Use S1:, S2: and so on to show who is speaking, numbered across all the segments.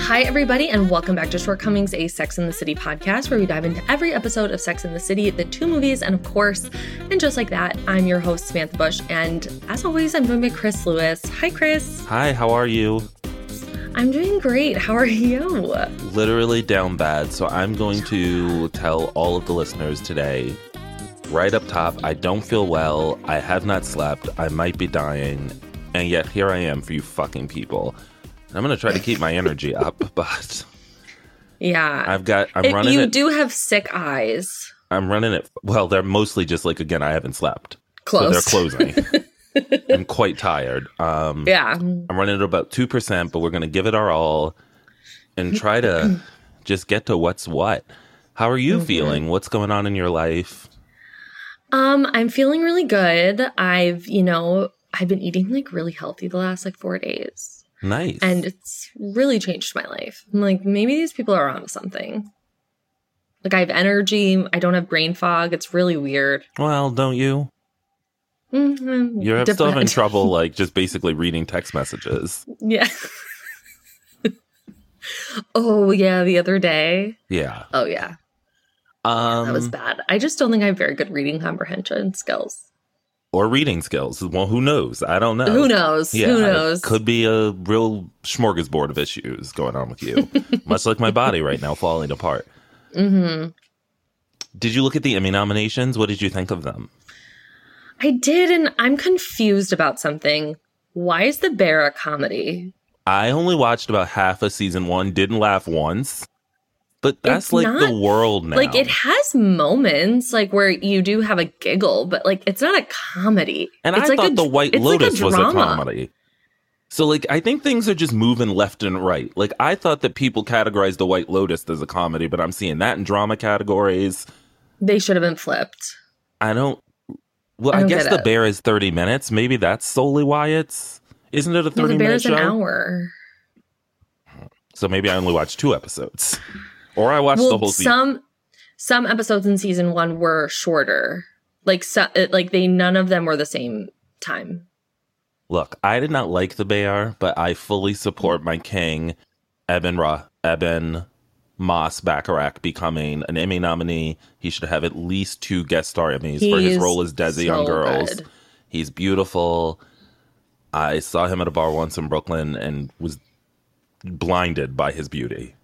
S1: Hi, everybody, and welcome back to Shortcomings, a Sex in the City podcast where we dive into every episode of Sex in the City, the two movies, and of course, and just like that, I'm your host, Samantha Bush. And as always, I'm joined by Chris Lewis. Hi, Chris.
S2: Hi, how are you?
S1: I'm doing great. How are you?
S2: Literally down bad. So I'm going to tell all of the listeners today, right up top, I don't feel well. I have not slept. I might be dying. And yet here I am for you fucking people. I'm going to try to keep my energy up, but
S1: Yeah.
S2: I've got, I'm
S1: If
S2: running
S1: you
S2: it.
S1: do have sick eyes.
S2: I'm running it. Well, they're mostly just like, again, I haven't slept.
S1: Close.
S2: So they're closing. I'm quite tired. Um,
S1: Yeah.
S2: I'm running at about 2%, but we're going to give it our all and try to just get to what's what. How are you
S1: Mm-hmm.
S2: feeling? What's going on in your life?
S1: Um, I'm feeling really good. I've, you know, I've been eating like really healthy the last like four days.
S2: Nice.
S1: and it's really changed my life. I'm like, maybe these people are onto something. Like, I have energy. I don't have brain fog. It's really weird.
S2: well, don't you?
S1: Mhm.
S2: You're still having
S1: Different.
S2: trouble, like, just basically reading text messages.
S1: Yeah. oh yeah, the other day.
S2: Yeah.
S1: Oh yeah,
S2: Um,
S1: that was bad. I just don't think I have very good reading comprehension skills.
S2: Or reading skills. Well, who knows? I don't know.
S1: Who knows?
S2: Yeah,
S1: Who
S2: it
S1: knows?
S2: Could be a real smorgasbord of issues going on with you, much like my body right now falling apart.
S1: hmm
S2: Did you look at the Emmy nominations? What did you think of them?
S1: I did, and I'm confused about something. Why is the bear a comedy?
S2: I only watched about half of season one, didn't laugh once. But that's
S1: It's
S2: like
S1: not-
S2: the world now.
S1: Like it has moments like where you do have a giggle, but like it's not a comedy.
S2: and I
S1: it's like
S2: thought
S1: a-
S2: the White
S1: it's like a
S2: Lotus was a
S1: drama.
S2: comedy. So like I think things are just moving left and right. Like I thought that people categorized the White Lotus as a comedy, but I'm seeing that in drama categories.
S1: They should have been flipped.
S2: I don't well,
S1: I
S2: I,
S1: don't
S2: guess
S1: get
S2: the
S1: it.
S2: bear is thirty minutes. Maybe that's solely why it's isn't it
S1: No,
S2: a thirty
S1: the
S2: minute
S1: bear's
S2: show?
S1: an hour.
S2: So maybe I only watched two episodes. Or I watched
S1: well,
S2: the whole season.
S1: some some episodes in season one were shorter. Like so, it- like they none of them were the same time.
S2: Look, I did not like the Bayar, but I fully support my king, Eben Ra, Eben Moss Bacharach, becoming an Emmy nominee. He should have at least two guest star Emmys for his
S1: He's
S2: role as Desi
S1: so
S2: on Girls.
S1: good.
S2: He's beautiful. I saw him at a bar once in Brooklyn and was blinded by his beauty.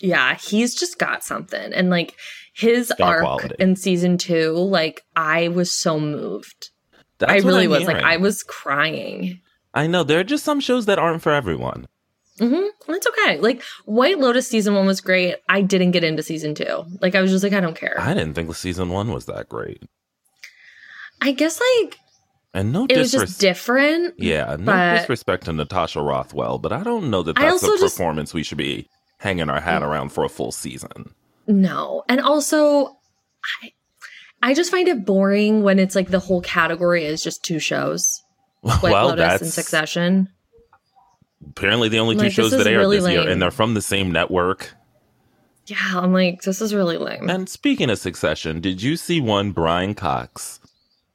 S1: Yeah, he's just got something, and like his
S2: Got
S1: arc
S2: quality.
S1: in season two, like I was so moved.
S2: That's
S1: I
S2: what
S1: really
S2: I'm
S1: was like
S2: hearing.
S1: I was crying.
S2: I know there are just some shows that aren't for everyone.
S1: Mm-hmm. That's okay. Like White Lotus season one was great. I didn't get into season two. Like I was just like, I don't care. I,
S2: I didn't think season one was that great,
S1: guess like
S2: and no
S1: it was
S2: disrespect.
S1: just different.
S2: Yeah, no
S1: But-
S2: disrespect to Natasha Rothwell, but I don't know that
S1: I
S2: that's the
S1: also just-
S2: performance we should be hanging our hat around for a full season.
S1: No. And also I I just find it boring when it's like the whole category is just two shows. White
S2: well,
S1: Lotus
S2: that's
S1: and Succession.
S2: apparently the only two
S1: Like, this
S2: shows
S1: is
S2: that aired
S1: really
S2: this year,
S1: lame.
S2: and they're from the same network.
S1: Yeah, I'm like, this is really lame.
S2: And speaking of Succession, did you see one Brian Cox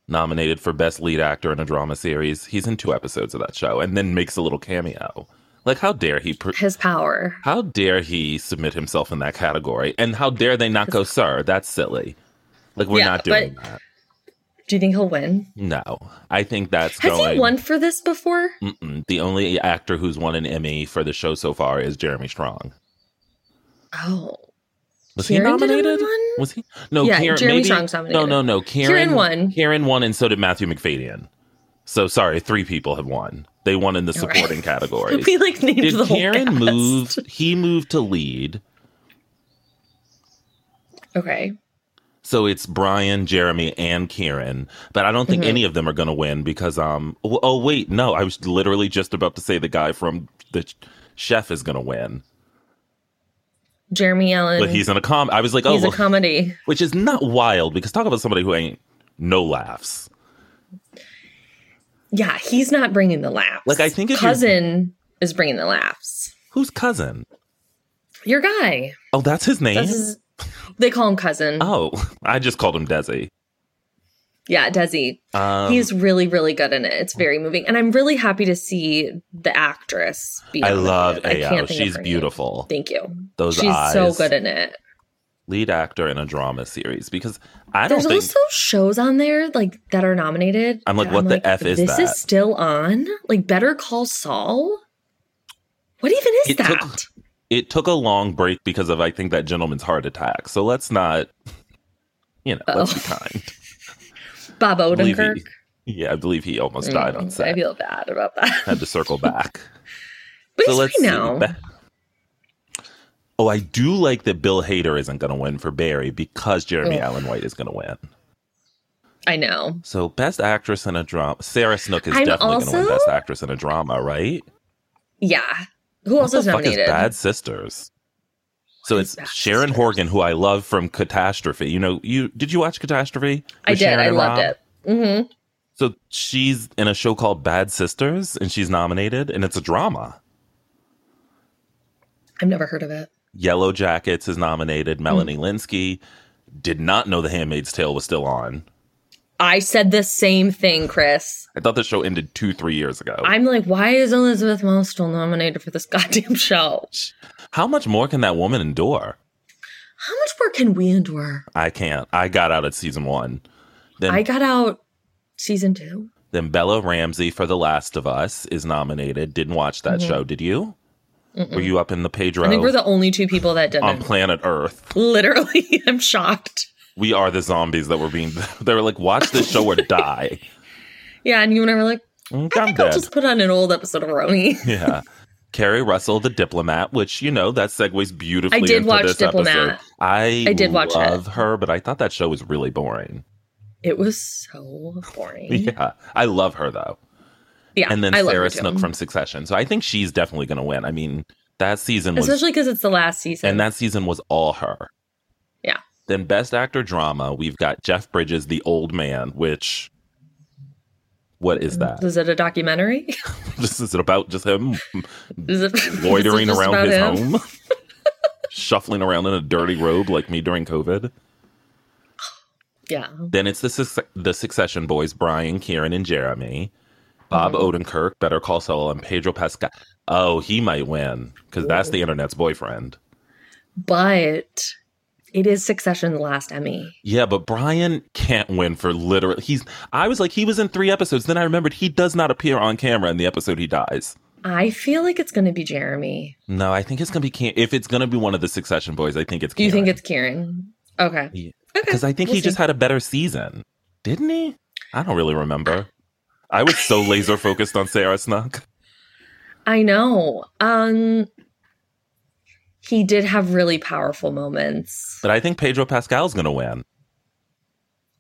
S2: nominated for Best Lead Actor in a Drama Series? He's in two episodes of that show, and then makes a little cameo. Like, how dare he? Pr-
S1: His power.
S2: how dare he submit himself in that category? And how dare they not go, sir? That's silly. Like, we're
S1: Yeah,
S2: not doing
S1: but-
S2: that.
S1: Do you think he'll win?
S2: No, I think that's
S1: Has
S2: going.
S1: he won for this before?
S2: Mm-mm. The only actor who's won an Emmy for the show so far is Jeremy Strong.
S1: Oh.
S2: Was he
S1: Kieran didn't
S2: nominated?
S1: win?
S2: Was he? No,
S1: Yeah,
S2: Kieran.
S1: Jeremy
S2: maybe-
S1: Strong's
S2: No,
S1: nominated.
S2: no, no. Kieran,
S1: Kieran won.
S2: Kieran won, and so did Matthew McFadyen. So sorry, three people have won. They won in the
S1: All right.
S2: supporting category.
S1: we like named the
S2: Did
S1: whole
S2: Kieran
S1: cast.
S2: move? He moved to lead.
S1: Okay.
S2: So it's Brian, Jeremy, and Kieran, but I don't think
S1: Mhm.
S2: any of them are going to win because um. w- Oh wait, no, I was literally just about to say the guy from the chef is going to win,
S1: Jeremy Allen.
S2: but he's in a com. I was like, oh,
S1: Mm-hmm. he's a
S2: well,
S1: comedy.
S2: which is not wild because talk about somebody who ain't no laughs.
S1: Yeah, he's not bringing the laughs.
S2: Like, I think if you're-
S1: cousin is bringing the laughs.
S2: Who's cousin?
S1: Your guy.
S2: Oh, that's his name.
S1: That's his, they call him cousin.
S2: oh, I just called him Desi.
S1: Yeah, Desi.
S2: Um,
S1: He's really, really good in it. It's very moving. And I'm really happy to see the actress be
S2: I
S1: on it.
S2: love Ao.
S1: can't think of
S2: She's
S1: her name.
S2: beautiful.
S1: Thank you.
S2: Those
S1: She's
S2: eyes.
S1: so good in it.
S2: Lead actor in a drama series because I don't
S1: There's
S2: think
S1: also shows on there like that are nominated.
S2: I'm like,
S1: that
S2: what the F is
S1: this
S2: that?
S1: is still on? Like Better Call Saul? What even is
S2: It
S1: that?
S2: took- it took a long break because of I think that gentleman's heart attack. So let's not, you know, let's be
S1: Uh-oh.
S2: kind.
S1: Bob
S2: I believe he-
S1: Odenkirk.
S2: yeah, I believe he almost died on
S1: Mm, I
S2: set.
S1: feel bad about that.
S2: Had to circle back.
S1: But
S2: so
S1: he's
S2: let's
S1: fine
S2: see.
S1: now.
S2: Ba- Oh, I do like that Bill Hader isn't going to win for Barry because Jeremy
S1: Ugh.
S2: Allen White is going to win.
S1: I know.
S2: So, best actress in a drama. Sarah Snook is
S1: I'm
S2: definitely going to win
S1: also-
S2: best actress in a drama, right?
S1: Yeah. Who else
S2: what
S1: is
S2: the fuck is
S1: nominated?
S2: Bad Sisters? So
S1: What
S2: it's
S1: is Bad
S2: Sharon
S1: Sisters?
S2: Horgan, who I love from Catastrophe. You know, you did you watch Catastrophe?
S1: I
S2: with
S1: did.
S2: Sharon
S1: I
S2: and
S1: loved
S2: Rob?
S1: it. Mm-hmm.
S2: So she's in a show called Bad Sisters, and she's nominated, and it's a drama.
S1: I've never heard of it.
S2: Yellow Jackets is nominated.
S1: Hmm.
S2: Melanie Linsky did not know The Handmaid's Tale was still on.
S1: I said the same thing, Chris.
S2: I thought the show ended two, three years ago.
S1: I'm like, why is Elizabeth Moss still nominated for this goddamn show?
S2: How much more can that woman endure?
S1: How much more can we endure?
S2: I can't. I got out at season one. Then,
S1: I got out season two.
S2: then Bella Ramsey for The Last of Us is nominated. Didn't watch that show, did you? Were you up in the Pedro
S1: Mm-hmm. I think we're the only two people that didn't.
S2: on planet Earth?
S1: Literally, I'm shocked.
S2: We are the zombies that were being. They were like, watch this show or die.
S1: Yeah, and you and I were like, I
S2: Mm, I'm
S1: think
S2: dead.
S1: I'll just put on an old episode of Roni.
S2: yeah. Carrie Russell, the diplomat, which you know that segues beautifully.
S1: I did
S2: into
S1: watch
S2: this
S1: Diplomat.
S2: Episode. I
S1: I did watch it.
S2: love her, but I thought that show was really boring.
S1: It was so boring.
S2: Yeah, I love her though.
S1: Yeah,
S2: And then
S1: I love her
S2: Sarah
S1: too.
S2: Snook from Succession, so I think she's definitely going to win. I mean, that season was,
S1: especially because it's the last season.
S2: and that season was all her.
S1: Yeah.
S2: Then Best Actor Drama, we've got Jeff Bridges, The Old Man, which. What is that?
S1: is it a documentary?
S2: This is it about just him
S1: Is it- is it
S2: loitering
S1: just
S2: around
S1: about
S2: his
S1: him?
S2: home, shuffling around in a dirty robe like me during COVID.
S1: Yeah.
S2: Then it's the suc the Succession boys, Brian, Kieran, and Jeremy, Bob
S1: Mm-hmm.
S2: Odenkirk, Better Call Saul, and Pedro Pascal. Oh, he might win because that's the internet's boyfriend.
S1: But it is Succession's last Emmy.
S2: Yeah, but Brian can't win for literally. He's. I was like, he was in three episodes. Then I remembered he does not appear on camera in the episode he dies.
S1: I feel like it's going to be Jeremy.
S2: No, I think it's gonna be. Ki- If it's gonna be one of the Succession boys, I think it's.
S1: Do you
S2: Kieran.
S1: think it's Kieran? Okay.
S2: Yeah.
S1: Okay.
S2: Because I think
S1: We'll
S2: he
S1: see.
S2: just had a better season, didn't he? I don't really remember. I was so laser focused on Sarah Snuck.
S1: I know. Um he did have really powerful moments.
S2: But I think Pedro Pascal's going to win.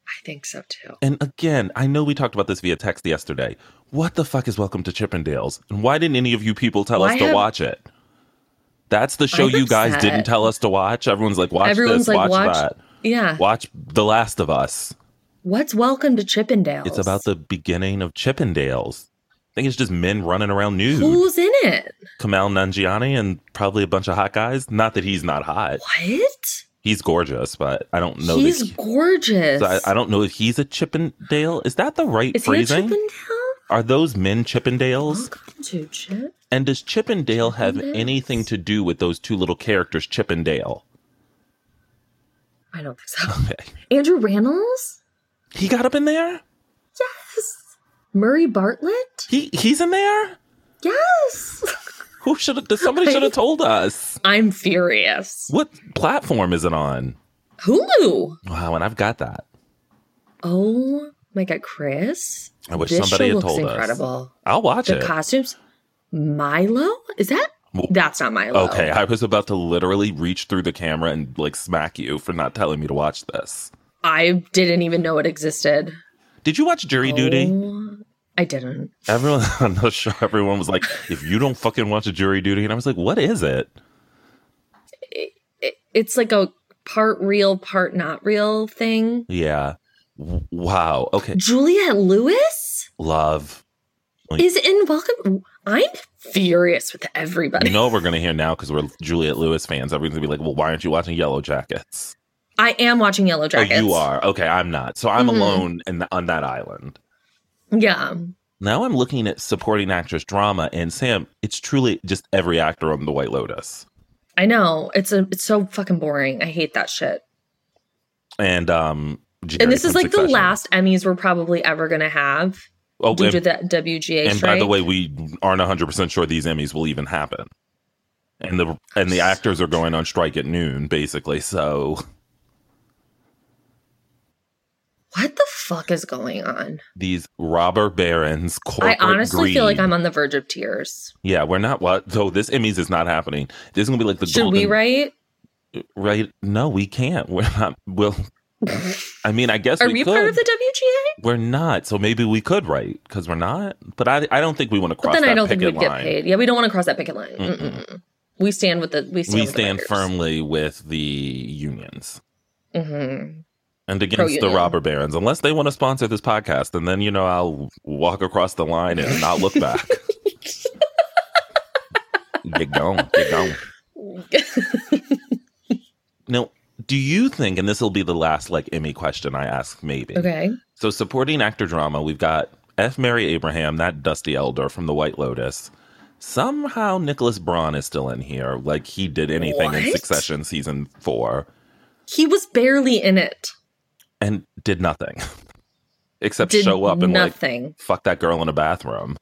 S1: I think so too.
S2: And again, I know we talked about this via text yesterday. What the fuck is Welcome to Chippendales? And why didn't any of you people tell
S1: Why
S2: us to
S1: have-
S2: watch it? That's the show
S1: I'm
S2: you guys
S1: upset.
S2: didn't tell us to watch. Everyone's like, watch
S1: Everyone's
S2: this,
S1: like,
S2: watch,
S1: watch-
S2: that,
S1: Yeah.
S2: watch The Last of Us.
S1: What's Welcome to Chippendales?
S2: It's about the beginning of Chippendales. I think it's just men running around nude.
S1: Who's in it?
S2: Kamal Nanjiani and probably a bunch of hot guys. Not that he's not hot.
S1: What?
S2: He's gorgeous, but I don't know.
S1: He's
S2: that
S1: gorgeous.
S2: he- I, I don't know if he's a Chippendale. Is that the right
S1: Is he a
S2: phrasing?
S1: Chippendale?
S2: Are those men Chippendales?
S1: Welcome to Chip.
S2: And does Chippendale have
S1: Chippendales?
S2: anything to do with those two little characters, Chippendale?
S1: I don't think so.
S2: Okay.
S1: Andrew Rannells?
S2: He got up in there?
S1: Yes. Murray Bartlett?
S2: He he's in there?
S1: Yes.
S2: Who should have somebody should have told us?
S1: I'm furious.
S2: What platform is it on?
S1: Hulu.
S2: Wow, and I've got that.
S1: Oh my god, Chris.
S2: I wish
S1: this
S2: somebody
S1: show
S2: had
S1: looks
S2: told us.
S1: incredible.
S2: I'll watch
S1: The
S2: it.
S1: costumes. Milo? Is that?
S2: Well-
S1: That's not Milo.
S2: Okay, I was about to literally reach through the camera and like smack you for not telling me to watch this.
S1: I didn't even know it existed.
S2: Did you watch Jury Duty?
S1: Oh, I didn't.
S2: Everyone on the show, everyone was like, "If you don't fucking watch Jury Duty," and I was like, "What is it?"
S1: It, it's like a part real, part not real thing.
S2: Yeah. W- Wow. Okay.
S1: Juliette Lewis
S2: Love.
S1: is in Welcome. I'm furious with everybody.
S2: You know what we're gonna hear now because we're Juliet Lewis fans. Everyone's gonna be like, "Well, why aren't you watching Yellow Jackets?"
S1: I am watching Yellow Jackets.
S2: Oh, you are. Okay, I'm not. So I'm
S1: Mhm.
S2: alone in the, on that island.
S1: Yeah.
S2: Now I'm looking at supporting actress drama, and Sam, it's truly just every actor on The White Lotus.
S1: I know. It's a it's so fucking boring. I hate that shit.
S2: And um, Jerry
S1: and this is
S2: from
S1: like the
S2: Succession.
S1: last Emmys we're probably ever gonna have
S2: Oh,
S1: due
S2: and,
S1: to that WGA
S2: and
S1: strike.
S2: by the way, we aren't 100 percent sure these Emmys will even happen. And the and the actors are going on strike at noon, basically. So
S1: what the fuck is going on?
S2: these robber barons,
S1: I
S2: corporate
S1: honestly feel like
S2: greed-
S1: I'm on the verge of tears.
S2: Yeah, we're not what. So this Emmys is not happening. This is gonna be like the
S1: Should we
S2: golden-
S1: write?
S2: right? No, we can't. We're not. Well, I mean, I guess
S1: Are
S2: we
S1: we
S2: could.
S1: part of the WGA?
S2: we're not. So maybe we could write because we're not. But I, I don't think we want to
S1: But
S2: cross
S1: then
S2: that
S1: I don't think
S2: picket
S1: we'd get
S2: line.
S1: paid. Yeah, we don't want to cross that picket line.
S2: Mm-mm.
S1: Mm-mm. We stand with the we stand.
S2: We
S1: with the
S2: stand
S1: writers.
S2: firmly with the unions
S1: Mhm.
S2: and against the
S1: Pro-union.
S2: robber barons, unless they want to sponsor this podcast, and then you know I'll walk across the line and not look back. get gone, get gone.
S1: Mm-hmm.
S2: Now, do you think? And this will be the last like Emmy question I ask, maybe.
S1: okay.
S2: So supporting actor drama, we've got F. Mary Abraham, that Dusty Elder from The White Lotus. Somehow Nicholas Braun is still in here, like he did anything in
S1: What?
S2: Succession season four,
S1: He was barely in it.
S2: and did nothing except
S1: Did
S2: show up and like
S1: nothing.
S2: fuck that girl in a bathroom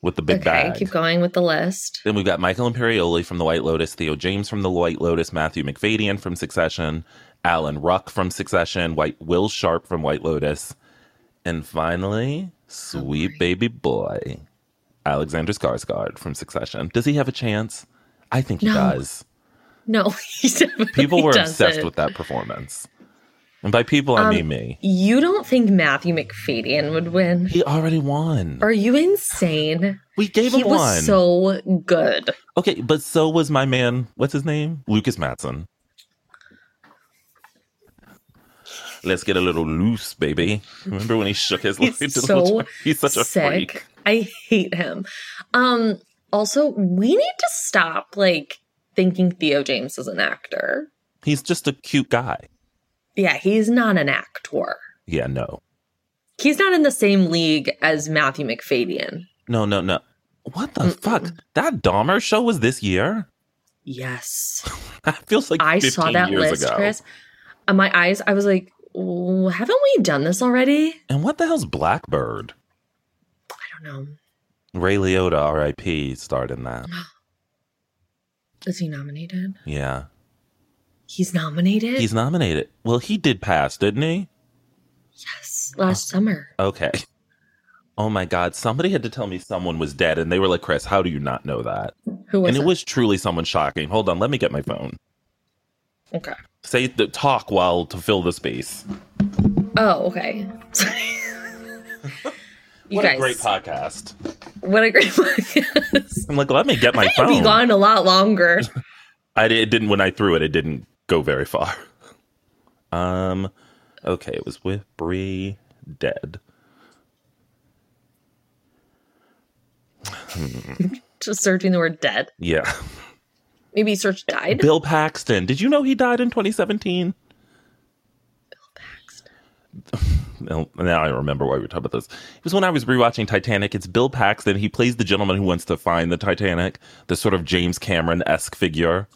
S2: with the big
S1: okay,
S2: bag.
S1: keep going with the list.
S2: Then we've got Michael Imperioli from The White Lotus, Theo James from The White Lotus, Matthew McFadyen from Succession, Alan Ruck from Succession, White Will Sharp from White Lotus, and finally, sweet baby boy, Alexander Skarsgård from Succession. Does he have a chance? I think he
S1: No.
S2: does.
S1: No, he definitely
S2: People were
S1: doesn't.
S2: obsessed with that performance, and by people I
S1: Um,
S2: mean me.
S1: You don't think Matthew McFadyen would win?
S2: He already won.
S1: Are you insane?
S2: We gave
S1: he
S2: him
S1: was
S2: one.
S1: so good.
S2: okay, but so was my man. What's his name? Lucas Matson. Let's get a little loose, baby. Remember when he shook his
S1: He's
S2: leg to
S1: so
S2: little Jack? He's such a freak.
S1: Sick. I hate him. Um, also, we need to stop like thinking Theo James is an actor.
S2: He's just a cute guy.
S1: Yeah, he's not an actor.
S2: Yeah, no,
S1: He's not in the same league as Matthew McFadyen.
S2: no, no, no. What the
S1: Mm-mm.
S2: fuck? That Dahmer show was this year.
S1: Yes.
S2: That feels like
S1: I
S2: 15
S1: saw that
S2: years
S1: list,
S2: ago.
S1: Chris. And my eyes, I was like, "Oh, haven't we done this already?
S2: And what the hell's Blackbird?
S1: I don't know.
S2: Ray Liotta, R.I.P. starred in that.
S1: Is he nominated?
S2: Yeah,
S1: He's nominated?
S2: he's nominated. Well, he did pass, didn't he?
S1: yes, last summer.
S2: Okay. Oh my God. Somebody had to tell me someone was dead, and they were like, Chris, how do you not know that?
S1: Who was
S2: and it
S1: it?
S2: was truly someone shocking. Hold on. Let me get my phone.
S1: okay.
S2: Say the talk while to fill the space.
S1: Oh, okay. you
S2: what
S1: guys,
S2: a great podcast.
S1: what a great podcast.
S2: I'm like, let me get my
S1: I'd be
S2: phone.
S1: gone a lot longer.
S2: I di- it didn't, when I threw it, it didn't go very far. Um, okay. It was with Bree dead.
S1: Just searching the word dead.
S2: Yeah.
S1: Maybe search died.
S2: Bill Paxton. Did you know he died in 2017?
S1: Paxton.
S2: Now now I remember why we were talking about this. It was when I was rewatching Titanic. It's Bill Paxton. He plays the gentleman who wants to find the Titanic, the sort of James Cameron esque figure,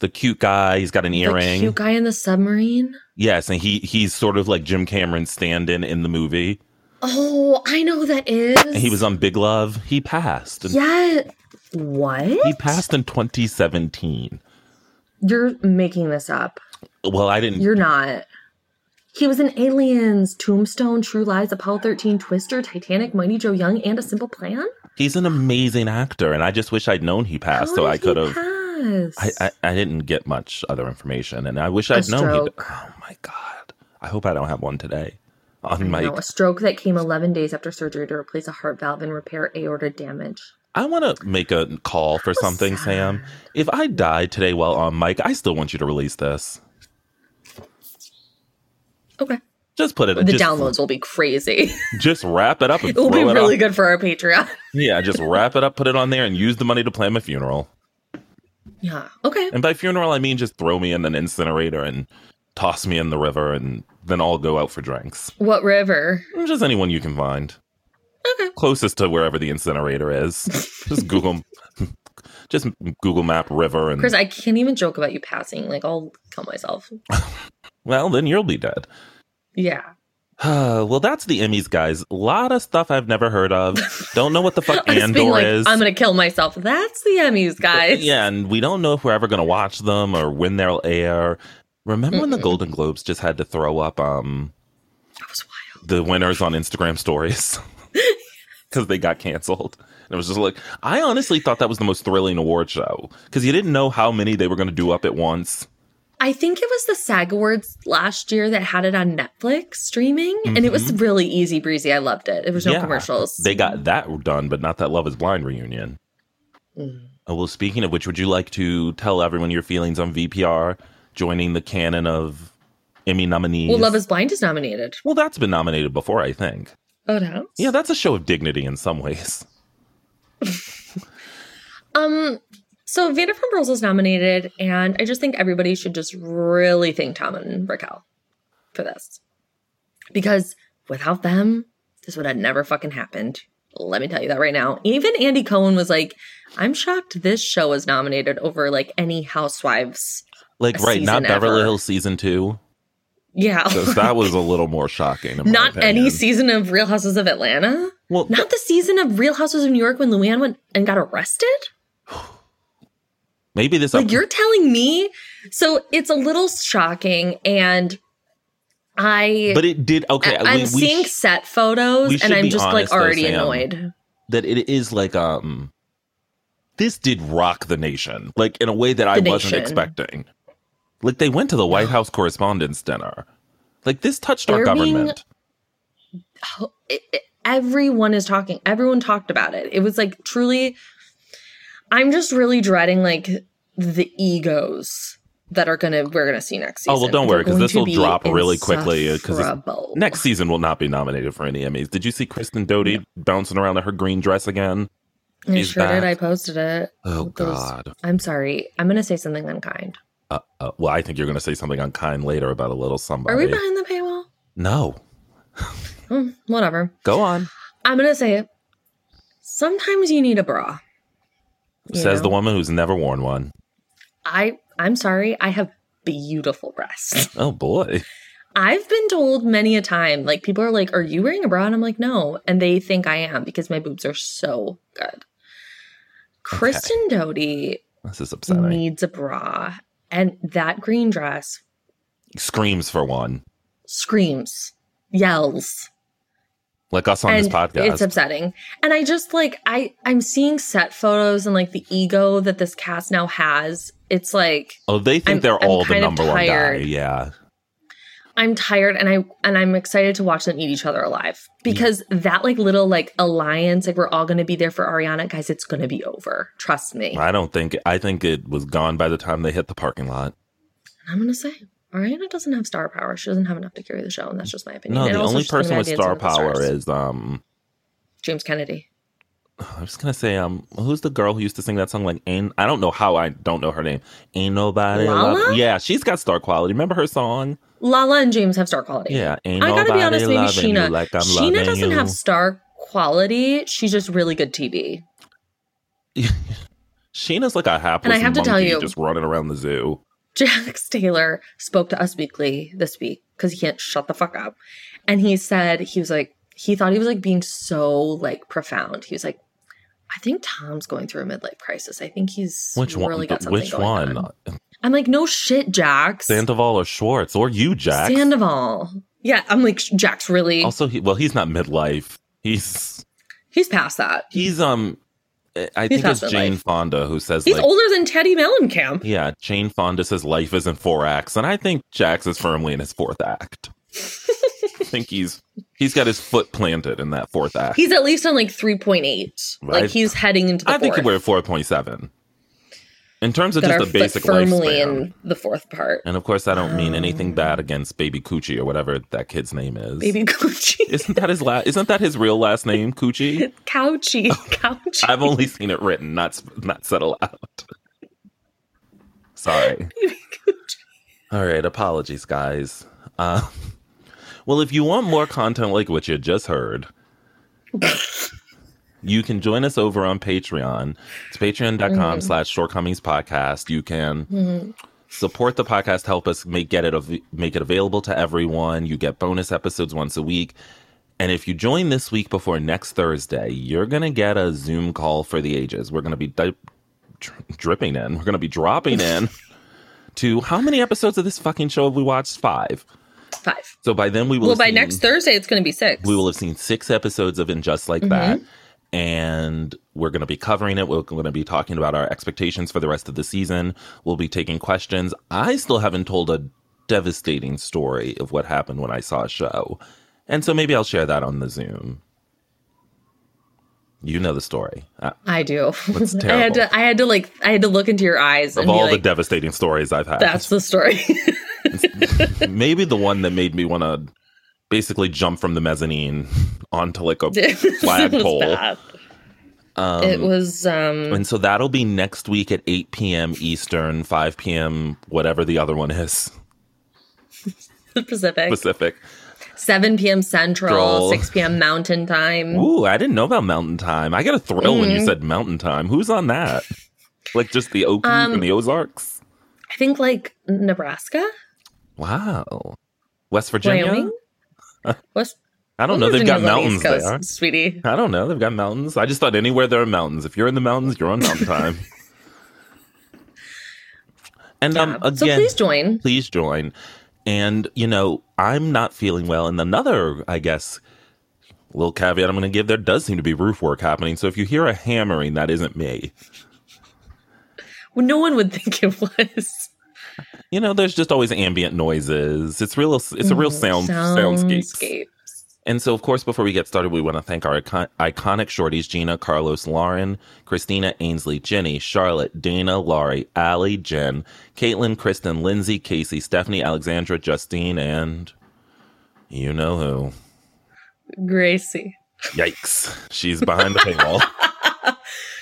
S2: the cute guy. He's got an
S1: The
S2: earring.
S1: cute guy in the submarine.
S2: yes, and he he's sort of like Jim Cameron's stand-in in the movie.
S1: Oh, I know who that is.
S2: And he was on Big Love. He passed. in-
S1: Yeah. What?
S2: He passed in 2017.
S1: You're making this up.
S2: Well, I didn't.
S1: You're not. He was in Aliens, Tombstone, True Lies, Apollo 13, Twister, Titanic, Mighty Joe Young, and A Simple Plan.
S2: He's an amazing actor, and I just wish I'd known he
S1: How
S2: passed, so
S1: did
S2: I
S1: he
S2: could have.
S1: pass?
S2: I, I, I didn't get much other information, and I wish
S1: A
S2: I'd known. He'd,
S1: stroke.
S2: oh my god! I hope I don't have one today. On
S1: No,
S2: my,
S1: a stroke that came 11 days after surgery to replace a heart valve and repair aorta damage.
S2: I want to make a call for something, Sam. If I die today while on mic, I still want you to release this.
S1: Okay.
S2: Just put it.
S1: The
S2: just,
S1: downloads will be crazy.
S2: Just wrap it up and
S1: it will be
S2: throw it
S1: really
S2: up.
S1: good for our Patreon.
S2: Yeah, just wrap it up, put it on there, and use the money to plan my funeral.
S1: Yeah. Okay.
S2: And by funeral, I mean just throw me in an incinerator and toss me in the river, and then all go out for drinks.
S1: What river?
S2: Just anyone you can find.
S1: Okay.
S2: Closest to wherever the incinerator is. just Google, just Google Map river, and
S1: Chris, I can't even joke about you passing. Like, I'll kill myself.
S2: well, then you'll be dead.
S1: Yeah.
S2: well, that's the Emmys, guys. A lot of stuff I've never heard of. Don't know what the fuck
S1: I just being
S2: Andor
S1: like,
S2: is.
S1: I'm gonna kill myself. That's the Emmys, guys.
S2: Yeah, and we don't know if we're ever going to watch them or when they'll air. Remember when the
S1: Mm-mm.
S2: Golden Globes just had to throw up um
S1: That was wild.
S2: the winners on Instagram stories because they got canceled? And it was just like I honestly thought that was the most thrilling award show because you didn't know how many they were going to do up at once.
S1: I think it was the SAG Awards last year that had it on Netflix streaming, and it was really easy breezy. I loved it. It was no
S2: Mm-hmm. Yeah.
S1: commercials.
S2: They got that done, but not that Love Is Blind reunion.
S1: Mm.
S2: Oh, well, speaking of which, would you like to tell everyone your feelings on VPR joining the canon of Emmy nominees?
S1: well, Love Is Blind is nominated.
S2: well, that's been nominated before, I think.
S1: Oh no.
S2: Yeah, that's a show of dignity in some ways.
S1: Um. So Vanderpump Rules is nominated, and I just think everybody should just really thank Tom and Raquel for this, because without them, this would have never fucking happened. Let me tell you that right now. Even Andy Cohen was like, "I'm shocked this show is nominated over like any Housewives."
S2: Like
S1: A
S2: right,
S1: season
S2: not Beverly
S1: ever.
S2: Hills season two.
S1: Yeah,
S2: 'cause that was a little more shocking. in my
S1: not any
S2: opinion.
S1: season of Real Houses of Atlanta.
S2: Well,
S1: Not the season of Real Houses of New York when Luann went and got arrested.
S2: maybe this.
S1: Like you're telling me. So it's a little shocking and I
S2: but it did okay.
S1: I, am
S2: we, we
S1: seeing
S2: sh-
S1: set
S2: we
S1: photos
S2: should
S1: and I'm
S2: be
S1: just
S2: honest,
S1: like
S2: though,
S1: already
S2: Sam.
S1: annoyed.
S2: that it is like um, this did rock the nation like in a way that I
S1: The
S2: wasn't
S1: nation.
S2: expecting. Like they went to the White House Correspondents' Dinner. Like this touched our
S1: They're being-
S2: government.
S1: Oh, it- it- everyone is talking. Everyone talked about it. It was like truly I'm just really dreading like the egos that are gonna we're gonna see next
S2: Oh,
S1: season.
S2: well, don't worry, 'cause
S1: They're
S2: this will
S1: going to be
S2: drop really quickly, uh, 'cause it's-
S1: insufferable.
S2: Next season will not be nominated for any Emmys. Did you see Kristen Doty bouncing around in her green dress again?
S1: I
S2: is
S1: sure did.
S2: back.
S1: I posted it.
S2: Oh
S1: With those-
S2: God.
S1: I'm sorry. I'm gonna say something unkind.
S2: Uh, uh, well, I think you're going to say something unkind later about a little somebody.
S1: Are we behind the paywall?
S2: No,
S1: Hmm, whatever.
S2: go on.
S1: I'm gonna say it. Sometimes you need a bra. you
S2: Says the
S1: know?
S2: woman who's never worn one.
S1: I I'm sorry. I have beautiful breasts.
S2: Oh boy.
S1: I've been told many a time, like people are like, "Are you wearing a bra?" And I'm like, "No," and they think I am because my boobs are so good. Kristen Doty
S2: This is upsetting.
S1: needs a bra, and that green dress
S2: Screams for one,
S1: screams, yells.
S2: like us on this podcast.
S1: It's upsetting. And I just like I I'm seeing set photos and like the ego that this cast now has. It's like
S2: oh, they think
S1: I'm-
S2: they're
S1: I'm
S2: all the
S1: kind of
S2: number one guy.
S1: tired.
S2: Yeah.
S1: I'm tired and I and I'm excited to watch them eat each other alive because that like little like alliance like we're all going to be there for Ariana guys it's going to be over. Trust me.
S2: I don't think. I think it was gone by the time they hit the parking lot.
S1: I'm going to say Ariana doesn't have star power. She doesn't have enough to carry the show and that's just my opinion.
S2: No,
S1: And
S2: the
S1: also
S2: only
S1: she's gonna
S2: person
S1: be
S2: with
S1: on Dancing
S2: star
S1: the
S2: power
S1: Stars.
S2: is um.
S1: James Kennedy.
S2: I was gonna say um. Who's the girl who used to sing that song? Like, ain't I don't know how I don't know her name. Ain't nobody.
S1: Lala?
S2: love- Yeah, she's got star quality. Remember her song?
S1: Lala and James have star quality.
S2: Yeah, ain't
S1: I gotta be honest, maybe
S2: loving you
S1: Sheena.
S2: Like I'm
S1: Sheena
S2: loving
S1: doesn't
S2: you.
S1: have star quality. She's just really good TV.
S2: Sheena's like a
S1: And
S2: hapless
S1: I have to
S2: monkey
S1: tell you-
S2: just running around the zoo.
S1: Jax Taylor spoke to Us Weekly this week because he can't shut the fuck up. And he said, he was like, he thought he was like being so like profound. He was like, I think Tom's going through a midlife crisis. I think he's
S2: Which one?
S1: really got something
S2: which
S1: going
S2: one?
S1: on." I'm like, no shit, Jax.
S2: Sandoval or Schwartz or you, Jack?
S1: Sandoval. Yeah, I'm like, "Sh- Jax, really?
S2: also, he, well, he's not midlife. He's
S1: he's past that.
S2: he's um. I
S1: He's
S2: think it's
S1: not
S2: Jane
S1: midlife.
S2: Fonda who says
S1: He's
S2: like,
S1: older than Teddy Mellencamp.
S2: yeah, Jane Fonda says life is in four acts, and I think Jax is firmly in his fourth act. I think he's he's got his foot planted in that fourth act.
S1: He's at least on like 3.8.
S2: I-
S1: Like he's heading into the
S2: I
S1: fourth.
S2: think we're at four point seven. In terms of
S1: Got
S2: just
S1: our
S2: a basic
S1: foot firmly
S2: lifespan,
S1: in the fourth part.
S2: And of course, I don't mean anything
S1: Um.
S2: bad against Baby Coochie or whatever that kid's name is.
S1: Baby Gucci.
S2: Isn't that his la- Isn't that his real last name, Coochie?
S1: Couchy. Couchy.
S2: I've only seen it written, not s- not said aloud. Sorry.
S1: Baby Gucci.
S2: All right, apologies, guys. Uh, well, if you want more content like what you just heard, you can join us over on Patreon. It's patreon.com slash shortcomings podcast. You can support the podcast, help us make get it av- make it available to everyone. You get bonus episodes once a week. And if you join this week before next Thursday, you're going to get a Zoom call for the ages. We're going to be di- dr- dripping in. We're going to be dropping in to how many episodes of this fucking show have we watched? Five.
S1: Five.
S2: So by then we will
S1: Well,
S2: have
S1: by
S2: seen-
S1: next Thursday, it's going to be six.
S2: we will have seen six episodes of In Just
S1: Mm-hmm.
S2: Like That. And we're going to be covering it. We're going to be talking about our expectations for the rest of the season. We'll be taking questions. I still haven't told a devastating story of what happened when I saw a show. And so maybe I'll share that on the Zoom. You know the story. Uh,
S1: I do.
S2: That's
S1: I had
S2: terrible.
S1: to. I had to like. I had to look into your eyes
S2: of
S1: and
S2: all
S1: be
S2: the
S1: like,
S2: devastating stories I've had,
S1: "That's the story."
S2: maybe the one that made me want to basically jump from the mezzanine onto like a
S1: It was
S2: flagpole.
S1: bad. it was. Um,
S2: And so that'll be next week at 8 p.m. Eastern, 5 p.m., whatever the other one is,
S1: the Pacific.
S2: Pacific.
S1: 7 p.m. Central,
S2: Troll.
S1: 6 p.m. Mountain Time.
S2: Ooh, I didn't know about Mountain Time. I got a thrill when
S1: Mm-hmm.
S2: you said Mountain Time. Who's on that? Like just the Okies
S1: Um,
S2: and the Ozarks?
S1: I think like Nebraska,
S2: Wow. West Virginia?
S1: Wyoming. West,
S2: I don't know. They've got mountains
S1: Virginia's on the East
S2: there.
S1: Coast, sweetie.
S2: I don't know. They've got mountains. I just thought anywhere there are mountains. If you're in the mountains, you're on Mountain Time. And um,
S1: Yeah.
S2: again,
S1: so please join.
S2: please join. And, you know, I'm not feeling well. And another, I guess, little caveat I'm going to give there does seem to be roof work happening. So if you hear a hammering, that isn't me.
S1: Well, no one would think it was.
S2: You know, there's just always ambient noises. It's real. It's a real sound soundscape.
S1: Soundscapes.
S2: And so, of course, before we get started, we want to thank our icon- iconic shorties Gina, Carlos, Lauren, Christina, Ainsley, Jenny, Charlotte, Dana, Laurie, Allie, Jen, Caitlin, Kristen, Lindsay, Casey, Stephanie, Alexandra, Justine, and you know who.
S1: Gracie.
S2: Yikes. She's behind the paywall.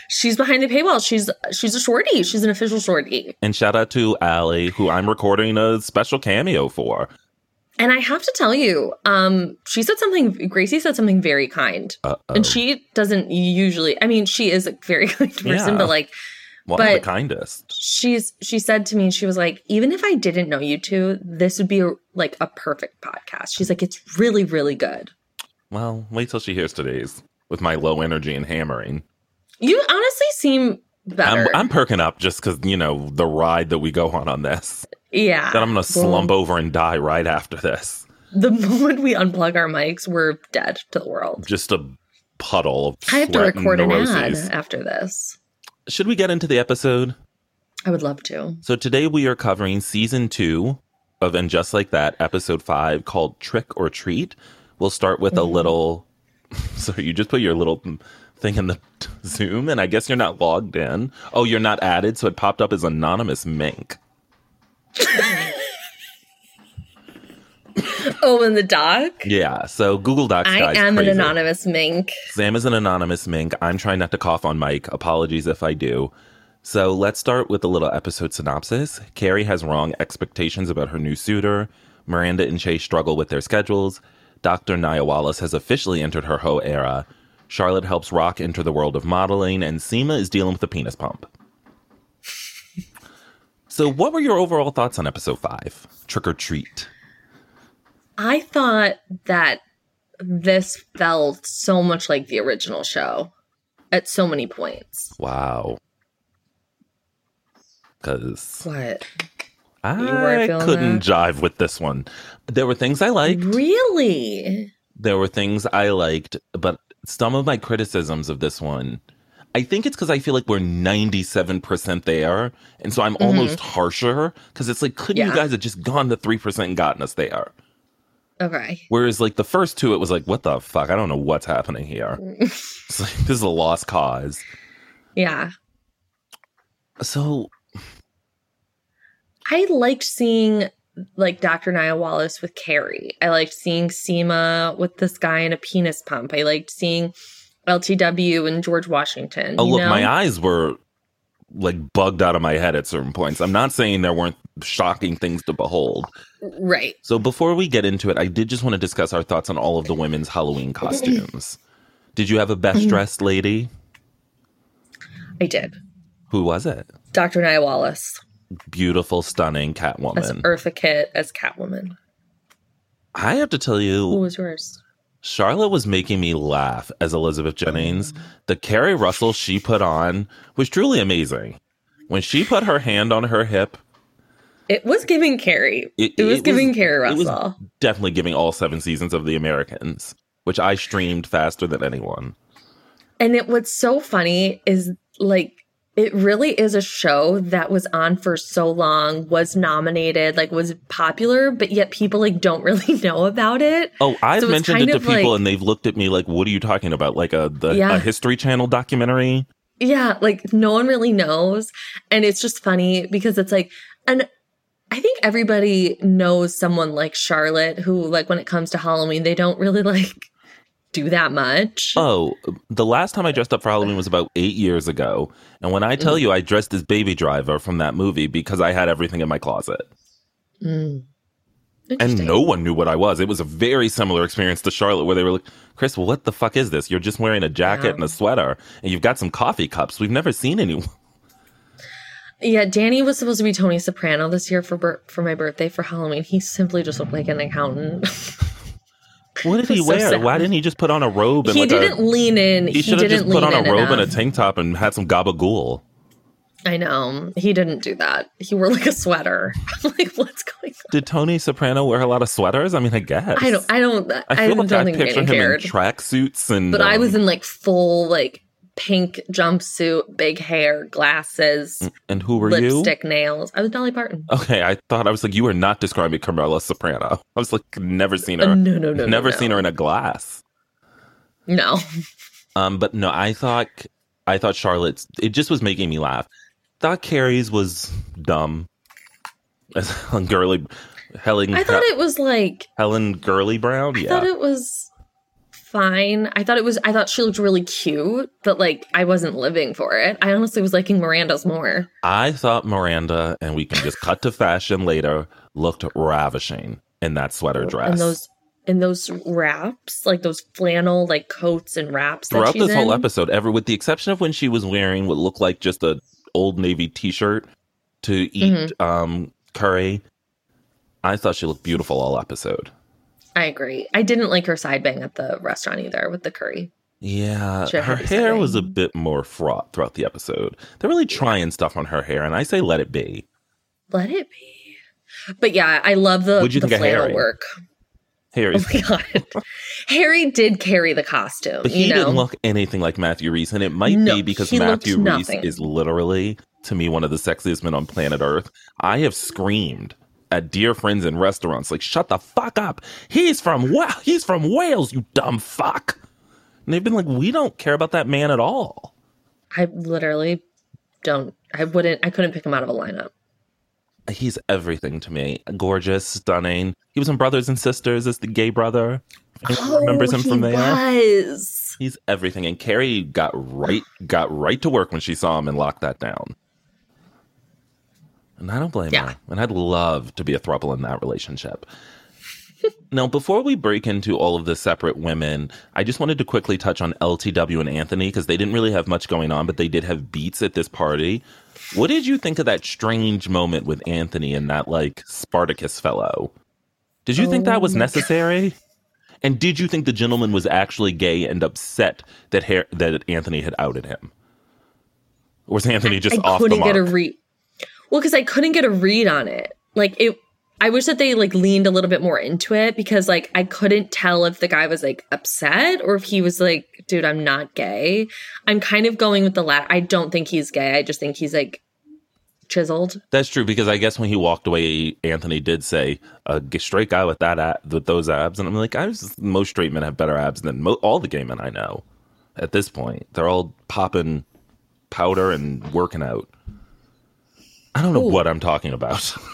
S1: She's behind the paywall. She's she's a shorty. She's an official shorty.
S2: and shout out to Allie, who I'm recording a special cameo for.
S1: And I have to tell you, um, she said something. Gracie said something very kind,
S2: Uh oh.
S1: and she doesn't usually. I mean, she is a very kind person,
S2: Yeah.
S1: but like
S2: One of the
S1: but-
S2: kindest.
S1: she's she said to me, she was like, even if I didn't know you two, this would be a, like a perfect podcast. She's like, it's really really good.
S2: Well, wait till she hears today's with my low energy and hammering.
S1: You honestly seem
S2: I'm,
S1: better.
S2: I'm perking up just because, you know, the ride that we go on on this.
S1: yeah.
S2: That I'm going to
S1: Well,
S2: slump over and die right after this.
S1: The moment we unplug our mics, we're dead to the world.
S2: Just a puddle of
S1: I have to
S2: sweat and
S1: record an ad
S2: neuroses.
S1: after this.
S2: Should we get into the episode?
S1: I would love to.
S2: So today we are covering season two of And Just Like That, episode five, called Trick or Treat. We'll start with a
S1: Mm-hmm.
S2: little. So you just put your little thing in the Zoom, and I guess you're not logged in. Oh, you're not added, so it popped up as anonymous mink.
S1: Oh, in the doc.
S2: Yeah. So Google Docs.
S1: I
S2: guys,
S1: am
S2: crazy.
S1: an anonymous mink.
S2: Sam is an anonymous mink. I'm trying not to cough on Mike. Apologies if I do. So let's start with a little episode synopsis. Carrie has wrong expectations about her new suitor. Miranda and Chase struggle with their schedules. Dr. Nia Wallace has officially entered her hoe era. Charlotte helps Rock enter the world of modeling, and Seema is dealing with a penis pump. So, what were your overall thoughts on episode five, Trick or Treat?
S1: I thought that this felt so much like the original show at so many points.
S2: Wow. Because
S1: What?
S2: I
S1: weren't feeling Mm-hmm.
S2: couldn't jive with this one. There were things I liked.
S1: Really?
S2: There were things I liked, but some of my criticisms of this one, I think it's because I feel like we're 97% there. And so I'm almost harsher because it's like, couldn't you
S1: Mm-hmm. Yeah.
S2: guys have just gone to 3% and gotten us there?
S1: Okay.
S2: Whereas like the first two, it was like, what the fuck? I don't know what's happening here. it's like, this is a lost cause.
S1: Yeah.
S2: So
S1: I liked seeing like Dr. Nia Wallace with Carrie. I liked seeing Seema with this guy in a penis pump. I liked seeing LTW and George Washington.
S2: Oh,
S1: you
S2: look,
S1: know?
S2: my eyes were like bugged out of my head at certain points. I'm not saying there weren't shocking things to behold.
S1: Right.
S2: So before we get into it, I did just want to discuss our thoughts on all of the women's Halloween costumes. Did you have a best dressed lady?
S1: I did.
S2: Who was it?
S1: Dr. Nia Wallace
S2: Beautiful, stunning
S1: as
S2: Catwoman.
S1: Eartha Kitt as Catwoman.
S2: I have to tell
S1: Who
S2: you,
S1: was yours?
S2: Charlotte was making me laugh as Elizabeth Jennings. The Carrie Russell she put on was truly amazing. When she put her hand on her hip,
S1: It was giving Carrie. It,
S2: It-
S1: was
S2: it
S1: giving
S2: was-
S1: Carrie
S2: it was-
S1: Russell.
S2: definitely giving all seven seasons of The Americans, which I streamed faster than anyone.
S1: And it what's so funny is like it really is a show that was on for so long, was nominated, like was popular, but yet people like don't really know about it.
S2: Oh, I've
S1: So it's
S2: mentioned it
S1: kind
S2: to
S1: of like-
S2: people and they've looked at me like, what are you talking about? Like a, the,
S1: Yeah.
S2: a History Channel documentary?
S1: Yeah, like no one really knows. And it's just funny because it's like, and I think everybody knows someone like Charlotte who, like, when it comes to Halloween, they don't really like do that much.
S2: Oh, the last time I dressed up for Halloween was about eight years ago. And when I tell
S1: Mm-hmm.
S2: you I dressed as Baby Driver from that movie because I had everything in my closet
S1: Mm.
S2: and
S1: Interesting.
S2: no one knew what I was. It was a very similar experience to Charlotte where they were like, Chris, what the fuck is this? You're just wearing a jacket
S1: Yeah.
S2: and a sweater and you've got some coffee cups. We've never seen anyone.
S1: Yeah, Danny was supposed to be Tony Soprano this year for bir- for my birthday for Halloween. He simply just looked like an accountant.
S2: What did he
S1: So
S2: wear?
S1: sad.
S2: Why didn't he just put on a robe? And
S1: he
S2: like
S1: didn't
S2: A,
S1: lean in.
S2: he
S1: He,
S2: should have
S1: didn't
S2: just put
S1: lean
S2: on a
S1: in
S2: robe and a
S1: enough.
S2: tank top and had some gabagool.
S1: I know he didn't do that. He wore like a sweater. I'm like, what's going on?
S2: Did Tony Soprano wear a lot of sweaters? I mean, I guess.
S1: I don't. I don't. I,
S2: I feel
S1: don't
S2: like I
S1: think
S2: picture
S1: Danny
S2: him
S1: cared.
S2: in tracksuits and.
S1: but I
S2: um,
S1: was in like full like pink jumpsuit, big hair, glasses,
S2: And who Mm, were
S1: lipstick, nails. I was Dolly Parton.
S2: you? Okay, I thought I was like you were not describing Carmela Soprano. I was like never seen
S1: Uh,
S2: her,
S1: no, no, no, no,
S2: never
S1: no.
S2: seen her in a glass.
S1: No.
S2: Um, but no, I thought I thought Charlotte's. It just was making me laugh. Thought Carrie's was dumb. As Helen Gurley, Helen
S1: I thought it was like
S2: Helen Gurley Brown.
S1: I
S2: yeah,
S1: thought it was fine. I thought it was I thought she looked really cute, but like I wasn't living for it. I honestly was liking Miranda's more.
S2: I thought Miranda, and we can just cut to fashion later, looked ravishing in that sweater dress.
S1: And those and those wraps, like those flannel like coats and wraps that
S2: Throughout
S1: she's
S2: this whole
S1: in.
S2: episode, ever with the exception of when she was wearing what looked like just a old navy t-shirt to eat
S1: Mm-hmm.
S2: um, curry, I thought she looked beautiful all episode.
S1: I agree. I didn't like her side bang at the restaurant either with the curry.
S2: Yeah,
S1: She had
S2: her
S1: heavy
S2: hair
S1: setting.
S2: was a bit more fraught throughout the episode. They're really trying stuff on her hair, and I say let it be.
S1: Let it be. But yeah, I love the,
S2: What'd you
S1: the
S2: think of
S1: flannel
S2: Harry?
S1: work.
S2: Hair
S1: Oh
S2: is
S1: my god. Harry did carry the costume.
S2: But he
S1: you know?
S2: didn't look anything like Matthew Reese, and it might
S1: No,
S2: be because
S1: he looked
S2: Matthew Reese
S1: nothing.
S2: is literally, to me, one of the sexiest men on planet Earth. I have screamed at dear friends in restaurants, like, "Shut the fuck up! He's from Wa- he's from Wales, you dumb fuck!" And they've been like, "We don't care about that man at all."
S1: I literally don't I wouldn't I couldn't pick him out of a lineup.
S2: He's everything to me. Gorgeous, stunning. He was in Brothers and Sisters as the gay brother. If anyone remembers him
S1: Oh, he
S2: from there.
S1: was.
S2: He's everything. And Carrie got right got right to work when she saw him and locked that down. And I don't blame
S1: Yeah.
S2: her. And I'd love to be a throuple in that relationship. now, before we break into all of the separate women, I just wanted to quickly touch on LTW and Anthony because they didn't really have much going on, but they did have beats at this party. What did you think of that strange moment with Anthony and that like Spartacus fellow? Did you think
S1: Oh
S2: that was
S1: my
S2: necessary? And did you think the gentleman was actually gay and upset that Har- that Anthony had outed him? Or was Anthony just
S1: I
S2: off the
S1: couldn't
S2: mark?
S1: get a read. Well, because I couldn't get a read on it. Like it I wish that they like leaned a little bit more into it because like I couldn't tell if the guy was like upset or if he was like, dude, I'm not gay. I'm kind of going with the latter. I don't think he's gay. I just think he's like chiseled.
S2: That's true because I guess when he walked away, Anthony did say a g- straight guy with that ab- with those abs, and I'm like, I was most straight men have better abs than mo- all the gay men I know. At this point, they're all popping powder and working out. I don't know
S1: Ooh.
S2: what I'm talking about.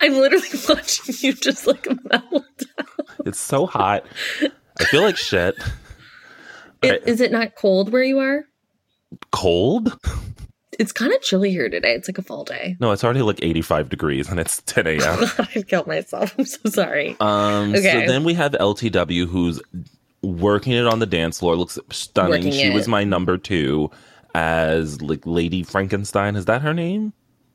S1: I'm literally watching you just like melt.
S2: it's so hot. I feel like shit.
S1: Is,
S2: Right.
S1: is it not cold where you are?
S2: cold?
S1: It's kind of chilly here today. It's like a fall day.
S2: No, it's already like 85 degrees and it's 10 a.m.
S1: I killed myself. I'm so sorry.
S2: Um,
S1: Okay.
S2: So then we have LTW, who's working it on the dance floor. Looks stunning.
S1: Working
S2: she was
S1: it.
S2: my number two as like Lady Frankenstein. Is that her name?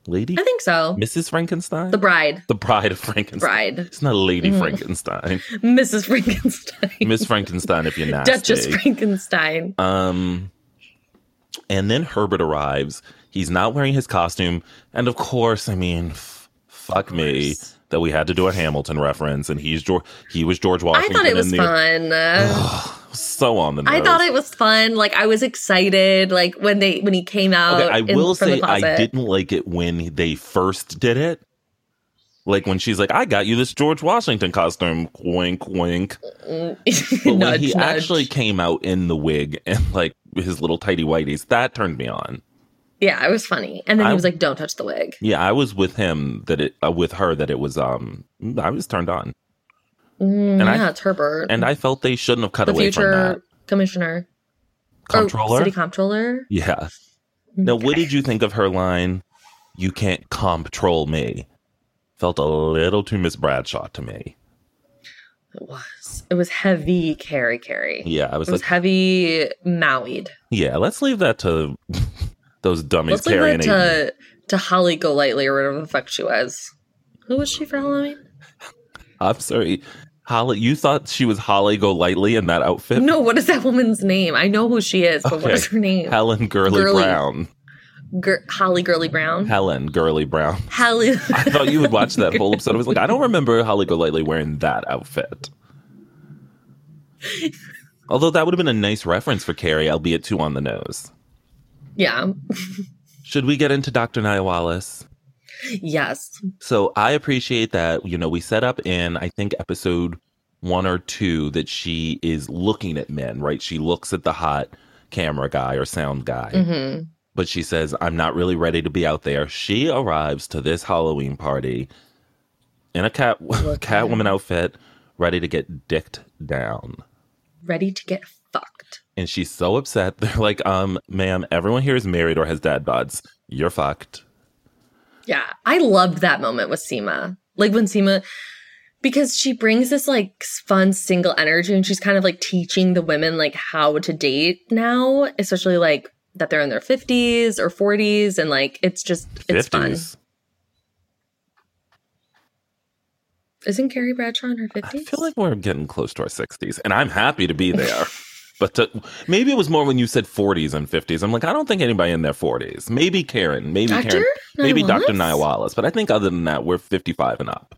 S2: Lady
S1: I think so.
S2: Mrs. Frankenstein,
S1: The bride.
S2: the Bride of Frankenstein.
S1: Bride.
S2: It's not Lady
S1: Mhm.
S2: Frankenstein.
S1: Mrs. Frankenstein.
S2: Miss Frankenstein, if you're nasty.
S1: Duchess Frankenstein.
S2: Um, and then Herbert arrives. He's not wearing his costume, and of course, I mean, f- fuck me
S1: course.
S2: that we had to do a Hamilton reference, and he's George. He was George
S1: I
S2: Washington.
S1: thought it
S2: in
S1: was
S2: the-
S1: fun.
S2: So on the nose.
S1: I thought it was fun. Like I was excited. Like when they when he came out.
S2: Okay, I
S1: in-
S2: will
S1: from the
S2: say I
S1: closet.
S2: didn't like it when they first did it. Like when she's like, "I got you this George Washington costume," wink, wink.
S1: Mm.
S2: But when
S1: nudge,
S2: he
S1: nudge.
S2: actually came out in the wig and like his little tidy whities, that turned me on.
S1: yeah, it was funny. And then
S2: I-
S1: he was like, "Don't touch the wig."
S2: Yeah, I was with him that it uh, with her that it was um I was turned on
S1: Mm,
S2: And I-
S1: yeah, it's Herbert.
S2: and I felt they shouldn't have cut
S1: Mm-hmm. the
S2: away from that
S1: future commissioner, or
S2: controller.
S1: city comptroller.
S2: yeah. Now, what
S1: Okay.
S2: did you think of her line? You can't control me. Felt a little too Miss Bradshaw to me.
S1: It was. It was heavy carry carry.
S2: Yeah, I was
S1: It was
S2: like,
S1: heavy Mauied.
S2: yeah, let's leave that to those dummies
S1: Let's leave
S2: carrying
S1: that
S2: it.
S1: to, to Holly Golightly or whatever the fuck she was. Who was she for Halloween?
S2: I'm sorry, Holly. You thought she was Holly Golightly in that outfit?
S1: No, what is that woman's name? I know who she is, but what
S2: Okay.
S1: is her name?
S2: Helen Gurley,
S1: Gurley.
S2: Brown.
S1: Gir- Holly Gurley Brown.
S2: Helen Gurley Brown.
S1: Holly.
S2: I thought you would watch that whole episode. I was like, I don't remember Holly Golightly wearing that outfit. Although that would have been a nice reference for Carrie, albeit too on the nose.
S1: yeah.
S2: Should we get into Dr. Nia Wallace?
S1: Yes.
S2: So I appreciate that. You know, we set up in, I think, episode one or two that she is looking at men, right? She looks at the hot camera guy or sound guy,
S1: hmm
S2: but she says, I'm not really ready to be out there. She arrives to this Halloween party in a cat catwoman outfit, ready to get dicked down.
S1: Ready to get fucked.
S2: And she's so upset. They're like, um, ma'am, everyone here is married or has dad bods. You're fucked.
S1: Yeah. I loved that moment with Seema. Like when Seema, because she brings this like fun single energy and she's kind of like teaching the women like how to date now, especially like that they're in their 50s or 40s and like it's just, it's fun.
S2: 50s.
S1: Isn't Carrie Bradshaw in her 50s?
S2: I feel like we're getting close to our 60s, and I'm happy to be there. but to, maybe it was more when you said 40s and 50s. I'm like, I don't think anybody in their 40s. Maybe Karen, maybe
S1: Dr.
S2: Karen, maybe
S1: Nia
S2: Dr.
S1: Wallace?
S2: Nia Wallace. But I think other than that, we're 55 and up.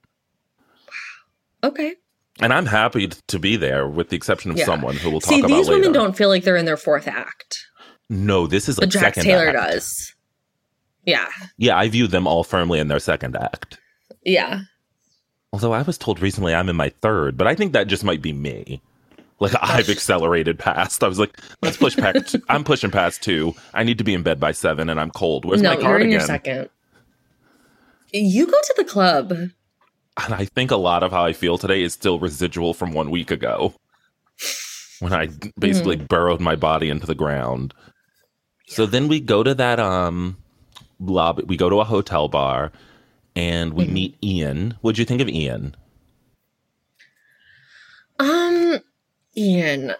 S1: Okay.
S2: And I'm happy t- to be there, with the exception of
S1: Yeah.
S2: someone who we'll talk
S1: See,
S2: about
S1: these
S2: later.
S1: women don't feel like they're in their fourth act,
S2: No, this is
S1: but
S2: like
S1: Jack
S2: second
S1: Taylor
S2: act.
S1: does. Yeah.
S2: Yeah, I view them all firmly in their second act.
S1: Yeah.
S2: Although I was told recently I'm in my third, but I think that just might be me. Like I've accelerated past. I was like, let's push past. i I'm pushing past two. I need to be in bed by seven, and I'm cold. Where's
S1: no,
S2: my
S1: you're in
S2: cardigan?
S1: your second. You go to the club.
S2: And I think a lot of how I feel today is still residual from one week ago, when I
S1: Hmm.
S2: basically burrowed my body into the ground. So then we go to that um lobby. We go to a hotel bar, and
S1: Hmm.
S2: we meet Ian. What'd you think of Ian?
S1: Um, Ian,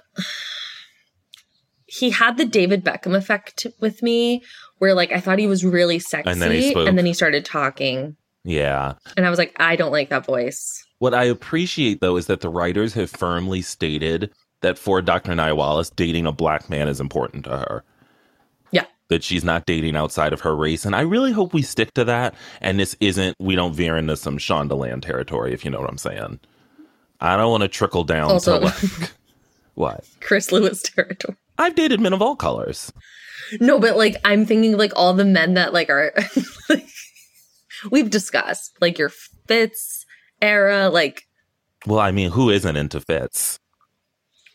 S1: he had the David Beckham effect with me, where like I thought he was really sexy,
S2: And then he spoke.
S1: and then he started talking,
S2: Yeah.
S1: and I was like, I don't like that voice.
S2: What I appreciate though is that the writers have firmly stated that for Dr. Nia Wallace, dating a black man is important to her.
S1: Yeah.
S2: That she's not dating outside of her race. And I really hope we stick to that. And this isn't, we don't veer into some Shondaland territory, if you know what I'm saying. I don't want to trickle down
S1: Also-
S2: to like, what?
S1: Chris Lewis territory.
S2: I've dated men of all colors.
S1: No, but like I'm thinking of, like all the men that like are we've discussed like your Fitz era, like
S2: Well, I mean, who isn't into fits?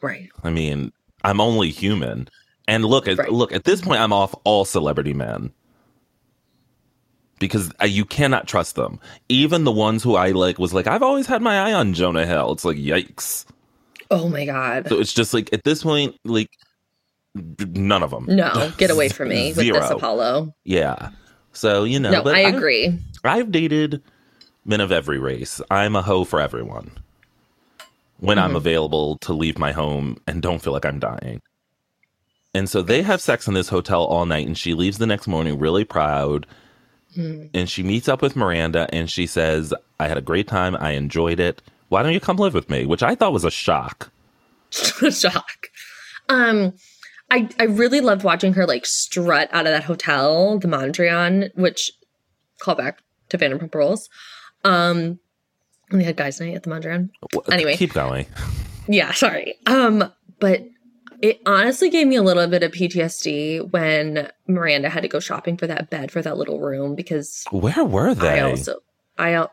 S1: right.
S2: I mean, I'm only human. And look at
S1: Right.
S2: look at this point, I'm off all celebrity men because uh, you cannot trust them. Even the ones who I like was like, I've always had my eye on Jonah Hill. It's like, yikes.
S1: Oh my god.
S2: So it's just like at this point, like None of them.
S1: No, get away from me with this
S2: Zero.
S1: Apollo.
S2: Yeah. So, you know,
S1: No,
S2: but
S1: I agree.
S2: I've dated men of every race. I'm a hoe for everyone when
S1: Mm-hmm.
S2: I'm available to leave my home and don't feel like I'm dying. And so they have sex in this hotel all night, and she leaves the next morning really proud.
S1: Mm.
S2: And she meets up with Miranda and she says, I had a great time. I enjoyed it. Why don't you come live with me? Which I thought was a shock.
S1: Shock. Um, I I really loved watching her like strut out of that hotel, the Mondrian, which callback to Vanderpump Rules. Um, and they had guys' night at the Mondrian.
S2: Wha-
S1: Anyway.
S2: uh, Keep going.
S1: Yeah, sorry. Um, but it honestly gave me a little bit of PTSD when Miranda had to go shopping for that bed for that little room because
S2: Where were they?
S1: I also I al-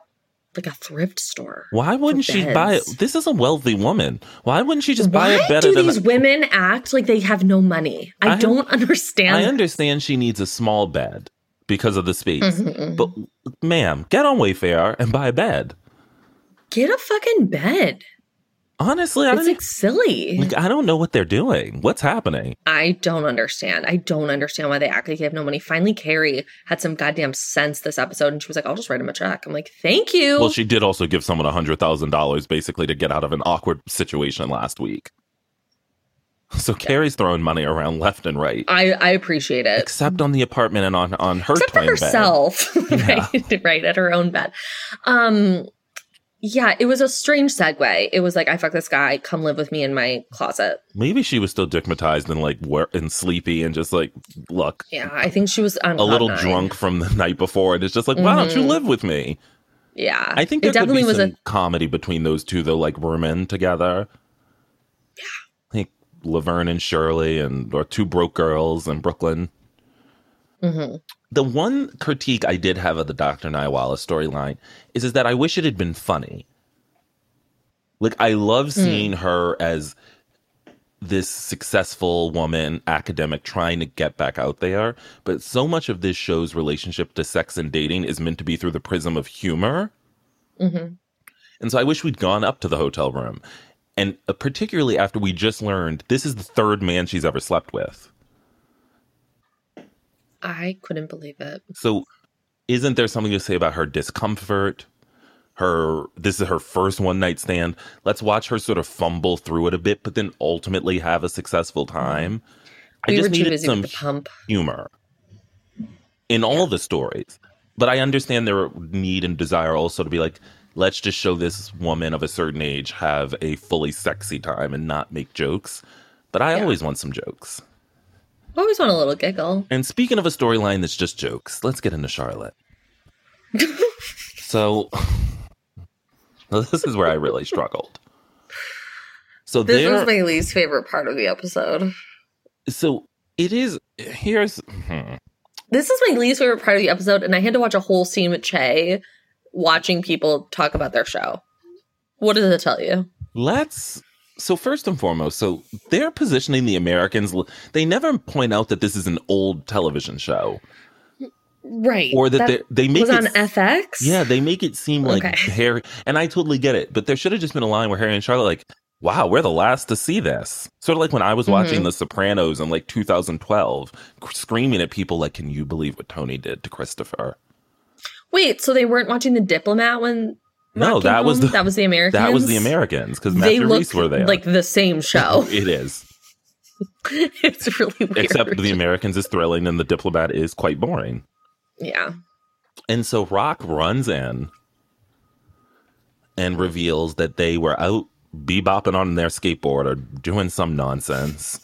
S1: like a thrift store.
S2: Why wouldn't she buy it?
S1: beds.
S2: This is a wealthy woman. Why wouldn't she just buy
S1: Why
S2: a better
S1: do
S2: than
S1: these women act like they have no money? I,
S2: I-
S1: don't understand.
S2: I understand she needs a small bed because of the space.
S1: Mhm.
S2: But ma'am, get on Wayfair and buy a bed.
S1: Get a fucking bed.
S2: Honestly, I
S1: It's
S2: don't e-
S1: like silly.
S2: like, I don't know what they're doing. What's happening?
S1: I don't understand. I don't understand why they act like they have no money. Finally, Carrie had some goddamn sense this episode, and she was like, "I'll just write him a check." I'm like, "Thank you."
S2: Well, she did also give someone a hundred thousand dollars basically to get out of an awkward situation last week. So Carrie's throwing money around left and right.
S1: I I appreciate it.
S2: Except on the apartment and on, on her
S1: Uh, except for
S2: twin bed.
S1: herself
S2: Yeah.
S1: right right at her own bed um yeah it was a strange segue it was like i fuck this guy come live with me in my closet
S2: Maybe she was still digmatized and like wor- and sleepy and just like, look,
S1: yeah i think she was um, on
S2: a
S1: cloud
S2: little
S1: nine.
S2: drunk from the night before, and it's just like, why don't you
S1: Mhm.
S2: live with me?
S1: yeah
S2: I think there
S1: it definitely
S2: could be
S1: was
S2: some
S1: a
S2: comedy between those two, though, like Rumen together. Yeah. I think Laverne and Shirley and or two broke girls in Brooklyn.
S1: Mhm.
S2: The one critique I did have of the Dr. Naiwala storyline is, is that I wish it had been funny. Like I
S1: Mm.
S2: love seeing her as this successful woman, academic, trying to get back out there. But so much of this show's relationship to sex and dating is meant to be through the prism of humor.
S1: Mhm.
S2: And so I wish we'd gone up to the hotel room. And uh, particularly after we just learned this is the third man she's ever slept with.
S1: i couldn't believe it
S2: So isn't there something to say about her discomfort? Her this is her first one night stand. Let's watch her sort of fumble through it a bit, but then ultimately have a successful time. I
S1: we were
S2: just
S1: too
S2: needed
S1: busy
S2: some
S1: with the pump
S2: humor in all the stories. But I understand their need and desire also to be like, let's just show this woman of a certain age have a fully sexy time and not make jokes. But I
S1: Yeah.
S2: always want some jokes.
S1: i always want a little giggle
S2: And speaking of a storyline that's just jokes, let's get into Charlotte. so well, this is where I really struggled. So
S1: this
S2: there,
S1: was my least favorite part of the episode
S2: so it is. Here's hmm.
S1: this is my least favorite part of the episode and i had to watch a whole scene with che watching people talk about their show what does it tell you
S2: Let's. So first and foremost, so they're positioning the Americans. They never point out that this is an old television show,
S1: right
S2: or that, they they make
S1: was
S2: it
S1: on FX.
S2: Yeah, they make it seem like
S1: Okay.
S2: Harry. And I totally get it, but there should have just been a line where Harry and Charlotte like, "Wow, we're the last to see this." Sort of like when I was
S1: Mm-hmm.
S2: watching The Sopranos in like 2012, cr- screaming at people like, "Can you believe what Tony did to Christopher?"
S1: Wait, so they weren't watching The Diplomat when Rock
S2: No,
S1: came
S2: that was
S1: home?
S2: the-
S1: that was the Americans.
S2: That was the Americans because
S1: They
S2: Matthew
S1: look
S2: Reese were there.
S1: like oh, the same show.
S2: it is,
S1: it's really weird.
S2: except the Americans is thrilling and the diplomat is quite boring.
S1: yeah,
S2: And so Rock runs in and reveals that they were out bebopping on their skateboard or doing some nonsense.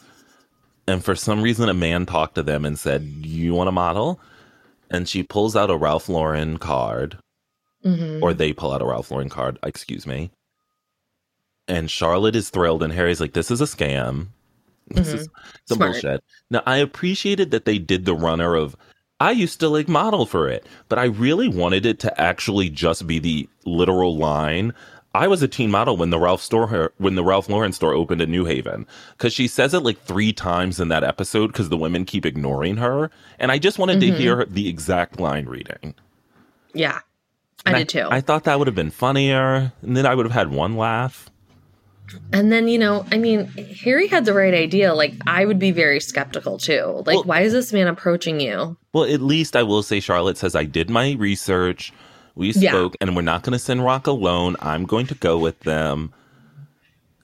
S2: And for some reason, a man talked to them and said, You want a model? And she pulls out a Ralph Lauren card,
S1: Mhm.
S2: or they pull out a Ralph Lauren card, excuse me. And Charlotte is thrilled, and Harry's like, This is a scam. This is some
S1: Smart.
S2: bullshit. Now, I appreciated that they did the runner of, I used to like model for it, but I really wanted it to actually just be the literal line. I was a teen model when the Ralph store when the Ralph Lauren store opened in New Haven because she says it like three times in that episode because the women keep ignoring her, and I just wanted to hear the exact line reading.
S1: yeah, I
S2: And
S1: did too.
S2: I thought that would have been funnier, and then I would have had one laugh.
S1: And then, you know, I mean, Harry had the right idea. Like, I would be very skeptical too. Like,
S2: Well-
S1: why is this man approaching you?
S2: Well, at least I will say Charlotte says I did my research. We
S1: Yeah.
S2: spoke, and we're not going to send Rock alone. I'm going to go with them.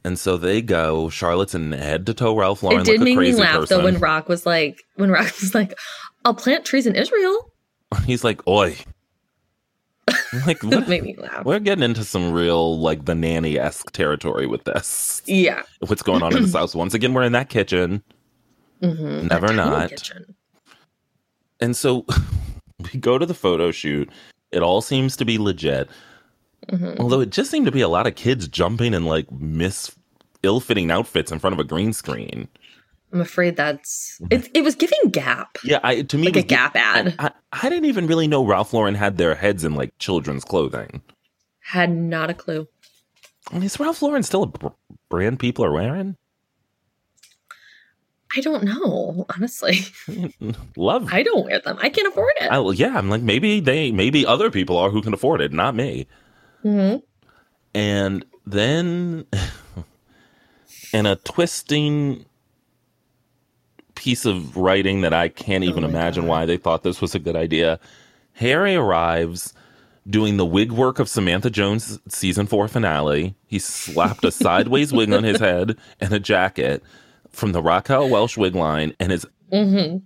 S2: And so they go. Charlotte's in head to toe Ralph Lauren.
S1: it did
S2: like a
S1: make me
S2: crazy
S1: laugh
S2: person.
S1: though when Rock was like, when Rock was like, I'll plant trees in Israel.
S2: he's like, "Oi!" I'm like,
S1: It
S2: what?
S1: made me laugh.
S2: we're getting into some real like the nanny esque territory with this.
S1: Yeah.
S2: What's going on in this house? Once again, we're in that kitchen.
S1: Mm-hmm.
S2: Never not. And so we go to the photo shoot. It all seems to be legit.
S1: Mm-hmm.
S2: Although it just seemed to be a lot of kids jumping in like mis ill fitting outfits in front of a green screen.
S1: I'm afraid that's it. It was giving Gap
S2: Yeah, I to me
S1: like
S2: Mm-hmm.
S1: a
S2: it was-
S1: Gap ad.
S2: I, I didn't even really know Ralph Lauren had their heads in like children's clothing.
S1: Had not a clue.
S2: I mean, is Ralph Lauren still a br- brand people are wearing?
S1: I don't know. Honestly,
S2: Love.
S1: I don't wear them. I can't afford it.
S2: I, yeah, I'm like maybe they maybe other people are who can afford it, not me.
S1: hmm
S2: And then, in a twisting piece of writing that I can't even
S1: my
S2: imagine why they thought this was a good idea, Harry arrives doing the wig work of Samantha Jones' season four finale. He slapped a sideways wig on his head and a jacket from the Raquel Welsh wig line and is
S1: hmm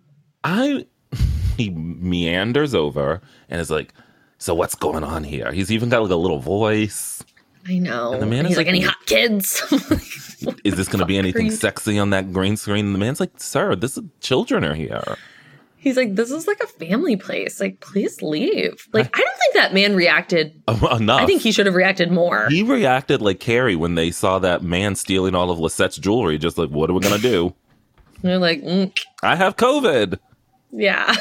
S2: I he meanders over and is like, so what's going on here? He's even got like a little voice.
S1: I know.
S2: And the man
S1: And he's
S2: is
S1: like,
S2: like-
S1: any hot kids?
S2: Is this going to be anything
S1: Creed.
S2: sexy on that green screen? And the man's like, sir, this is children are here.
S1: he's like, this is like a family place. Like, please leave. Like, I don't think that man reacted.
S2: Enough.
S1: I think he should have reacted more.
S2: he reacted like Carrie when they saw that man stealing all of Lisette's jewelry. Just like, what are we going to do?
S1: And they're like, mm,
S2: I have COVID.
S1: yeah.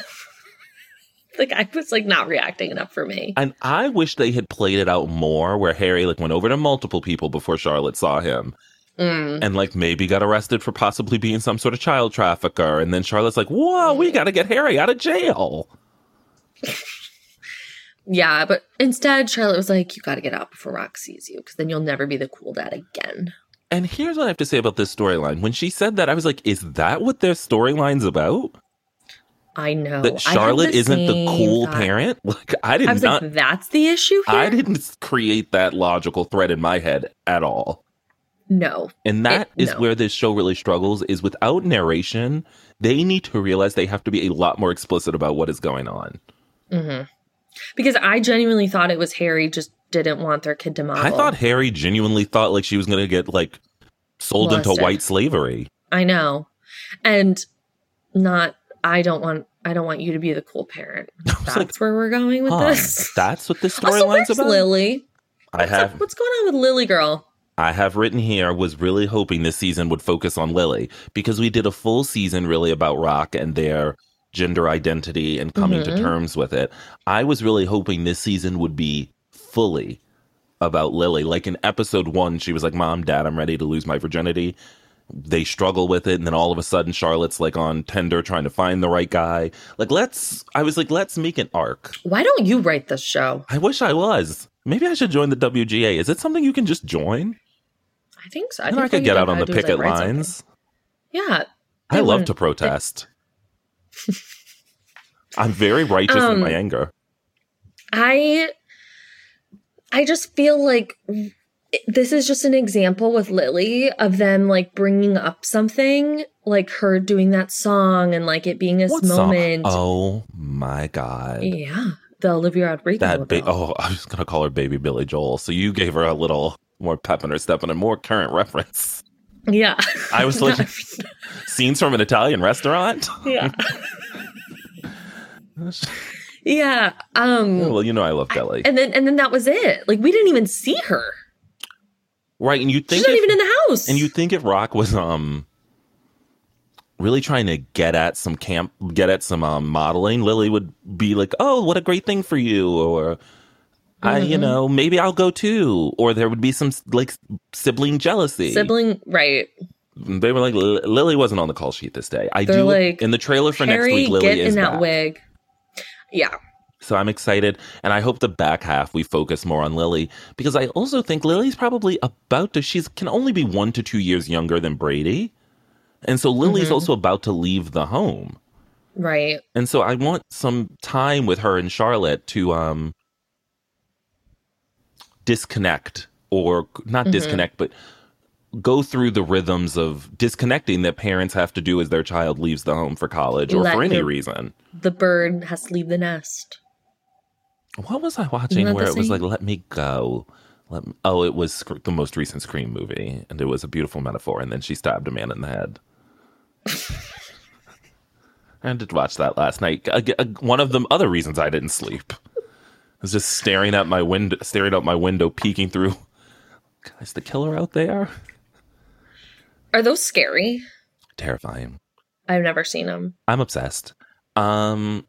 S1: like, I was like not reacting enough for me.
S2: And I wish they had played it out more where Harry like went over to multiple people before Charlotte saw him.
S1: Mm.
S2: and like maybe got arrested for possibly being some sort of child trafficker. And then Charlotte's like, "Whoa, we got to get Harry out of jail."
S1: Yeah, but instead, Charlotte was like, you got to get out before Rock sees you because then you'll never be the cool dad again.
S2: And here's what I have to say about this storyline. When she said that, I was like, "Is that what their storyline's about?
S1: I know. I had
S2: that Charlotte
S1: the
S2: isn't the
S1: same
S2: cool
S1: thought.
S2: parent?" Like, I did
S1: I was
S2: not.
S1: like, that's the issue here?
S2: I didn't create that logical thread in my head at all.
S1: no.
S2: And that
S1: It-
S2: is
S1: no.
S2: where this show really struggles is without narration, they need to realize they have to be a lot more explicit about what is going on.
S1: hmm Because I genuinely thought it was Harry just didn't want their kid to model.
S2: I thought Harry genuinely thought like she was going to get like sold into
S1: Molested.
S2: white slavery.
S1: I know, and not. I don't want. I don't want you to be the cool parent. That's
S2: was like,
S1: where we're going with
S2: Huh,
S1: this.
S2: that's what this
S1: also,
S2: storyline's
S1: where's
S2: about.
S1: Lily?
S2: I
S1: What's, up-
S2: have
S1: what's going on with Lily, girl?
S2: I have written here was really hoping this season would focus on Lily because we did a full season really about Rock and their gender identity and coming
S1: Mhm.
S2: to terms with it. I was really hoping this season would be fully about Lily. Like in episode 1 she was like, "Mom, dad, I'm ready to lose my virginity." They struggle with it and then all of a sudden Charlotte's like on Tinder trying to find the right guy. Like let's I was like, "Let's make an arc."
S1: Why don't you write this show?
S2: I wish I was. Maybe I should join the WGA. Is it something you can just join?
S1: I think so.
S2: I,
S1: think
S2: I could
S1: what
S2: get
S1: you
S2: out on
S1: gotta
S2: the
S1: do is, like,
S2: picket
S1: write something.
S2: lines.
S1: Yeah,
S2: I
S1: They
S2: love
S1: wouldn't-
S2: to protest. I'm very righteous in
S1: Um,
S2: my anger.
S1: I I just feel like this is just an example with Lily of them like bringing up something like her doing that song and like it being this
S2: What song?
S1: moment.
S2: Oh my god.
S1: Yeah, the Olivia Rodrigo.
S2: That ba-
S1: about-
S2: oh, I was gonna call her baby Billy Joel. So you gave her a little more pep in her step and a more current reference.
S1: yeah.
S2: I oh. was like scenes from an Italian restaurant.
S1: yeah, yeah. Um,
S2: well, you know I love Billy.
S1: and then and then that was it. Like we didn't even see her.
S2: right, and you think
S1: She's not
S2: if-
S1: even in the house.
S2: And you think if Rock was um really trying to get at some camp, get at some um, modeling, Lily would be like, "Oh, what a great thing for you," or "I,
S1: Mm-hmm.
S2: you know, maybe I'll go too," or there would be some like sibling jealousy.
S1: sibling, right?
S2: They were like, "Li- "Lily wasn't on the call sheet this day." I
S1: They're
S2: do
S1: like,
S2: in the trailer for
S1: Harry,
S2: next week. Lily
S1: get
S2: is
S1: in that
S2: back.
S1: wig. Yeah,
S2: So I'm excited. And I hope the back half we focus more on Lily because I also think Lily's probably about to, she's can only be one to two years younger than Brady. And so
S1: Mm-hmm.
S2: Lily's also about to leave the home.
S1: Right.
S2: And so I want some time with her and Charlotte to um disconnect or not
S1: Mm-hmm.
S2: disconnect but go through the rhythms of disconnecting that parents have to do as their child leaves the home for college or
S1: Let
S2: for any
S1: your-
S2: reason.
S1: The bird has to leave the nest.
S2: What was I
S1: Isn't
S2: watching
S1: that
S2: where
S1: the
S2: it was
S1: same?
S2: like let me go. Let me, oh, it was Sc- the most recent Scream movie, and it was a beautiful metaphor. And then she stabbed a man in the head. I did watch that last night. Ag- ag- One of the other reasons I didn't sleep I was just staring at my window, staring out my window, peeking through. Is the killer out there?
S1: Are those scary?
S2: Terrifying.
S1: I've never seen them.
S2: I'm obsessed. Um,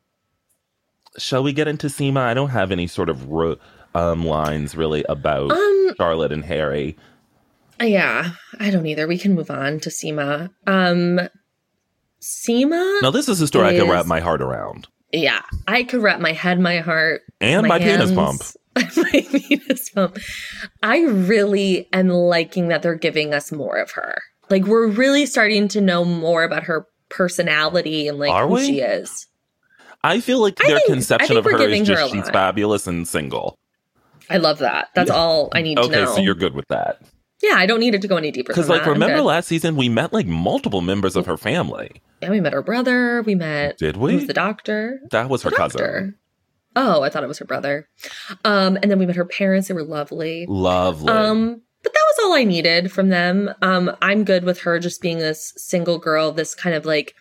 S2: shall we get into Seema? I don't have any sort of ro- um lines really about
S1: Um,
S2: Charlotte and Harry.
S1: yeah, I don't either. We can move on to Seema. Um, Seema?
S2: Now, this is a story I
S1: Is-
S2: can wrap my heart around
S1: Yeah, I could wrap my head, my heart,
S2: and my, penis pump.
S1: hands, my penis pump. I really am liking that they're giving us more of her. Like we're really starting to know more about her personality and like
S2: Are
S1: who
S2: we?
S1: she is.
S2: I feel like
S1: I
S2: their
S1: think-
S2: conception
S1: I
S2: of
S1: think we're
S2: her
S1: giving
S2: is
S1: her
S2: just
S1: a
S2: she's
S1: lot.
S2: fabulous and single.
S1: I love that. That's all I need to
S2: Okay,
S1: know.
S2: so you're good with that.
S1: yeah, I don't need it to go any deeper.
S2: Because,
S1: Because
S2: like,
S1: that.
S2: remember
S1: I'm good.
S2: last season we met like multiple members of her family.
S1: yeah, we met her brother. We met
S2: Did
S1: who was
S2: we?
S1: the doctor.
S2: That was her cousin.
S1: Doctor. Oh, I thought it was her brother. Um, and then we met her parents. They were lovely.
S2: Lovely.
S1: Um, but that was all I needed from them. Um, I'm good with her just being this single girl, this kind of like,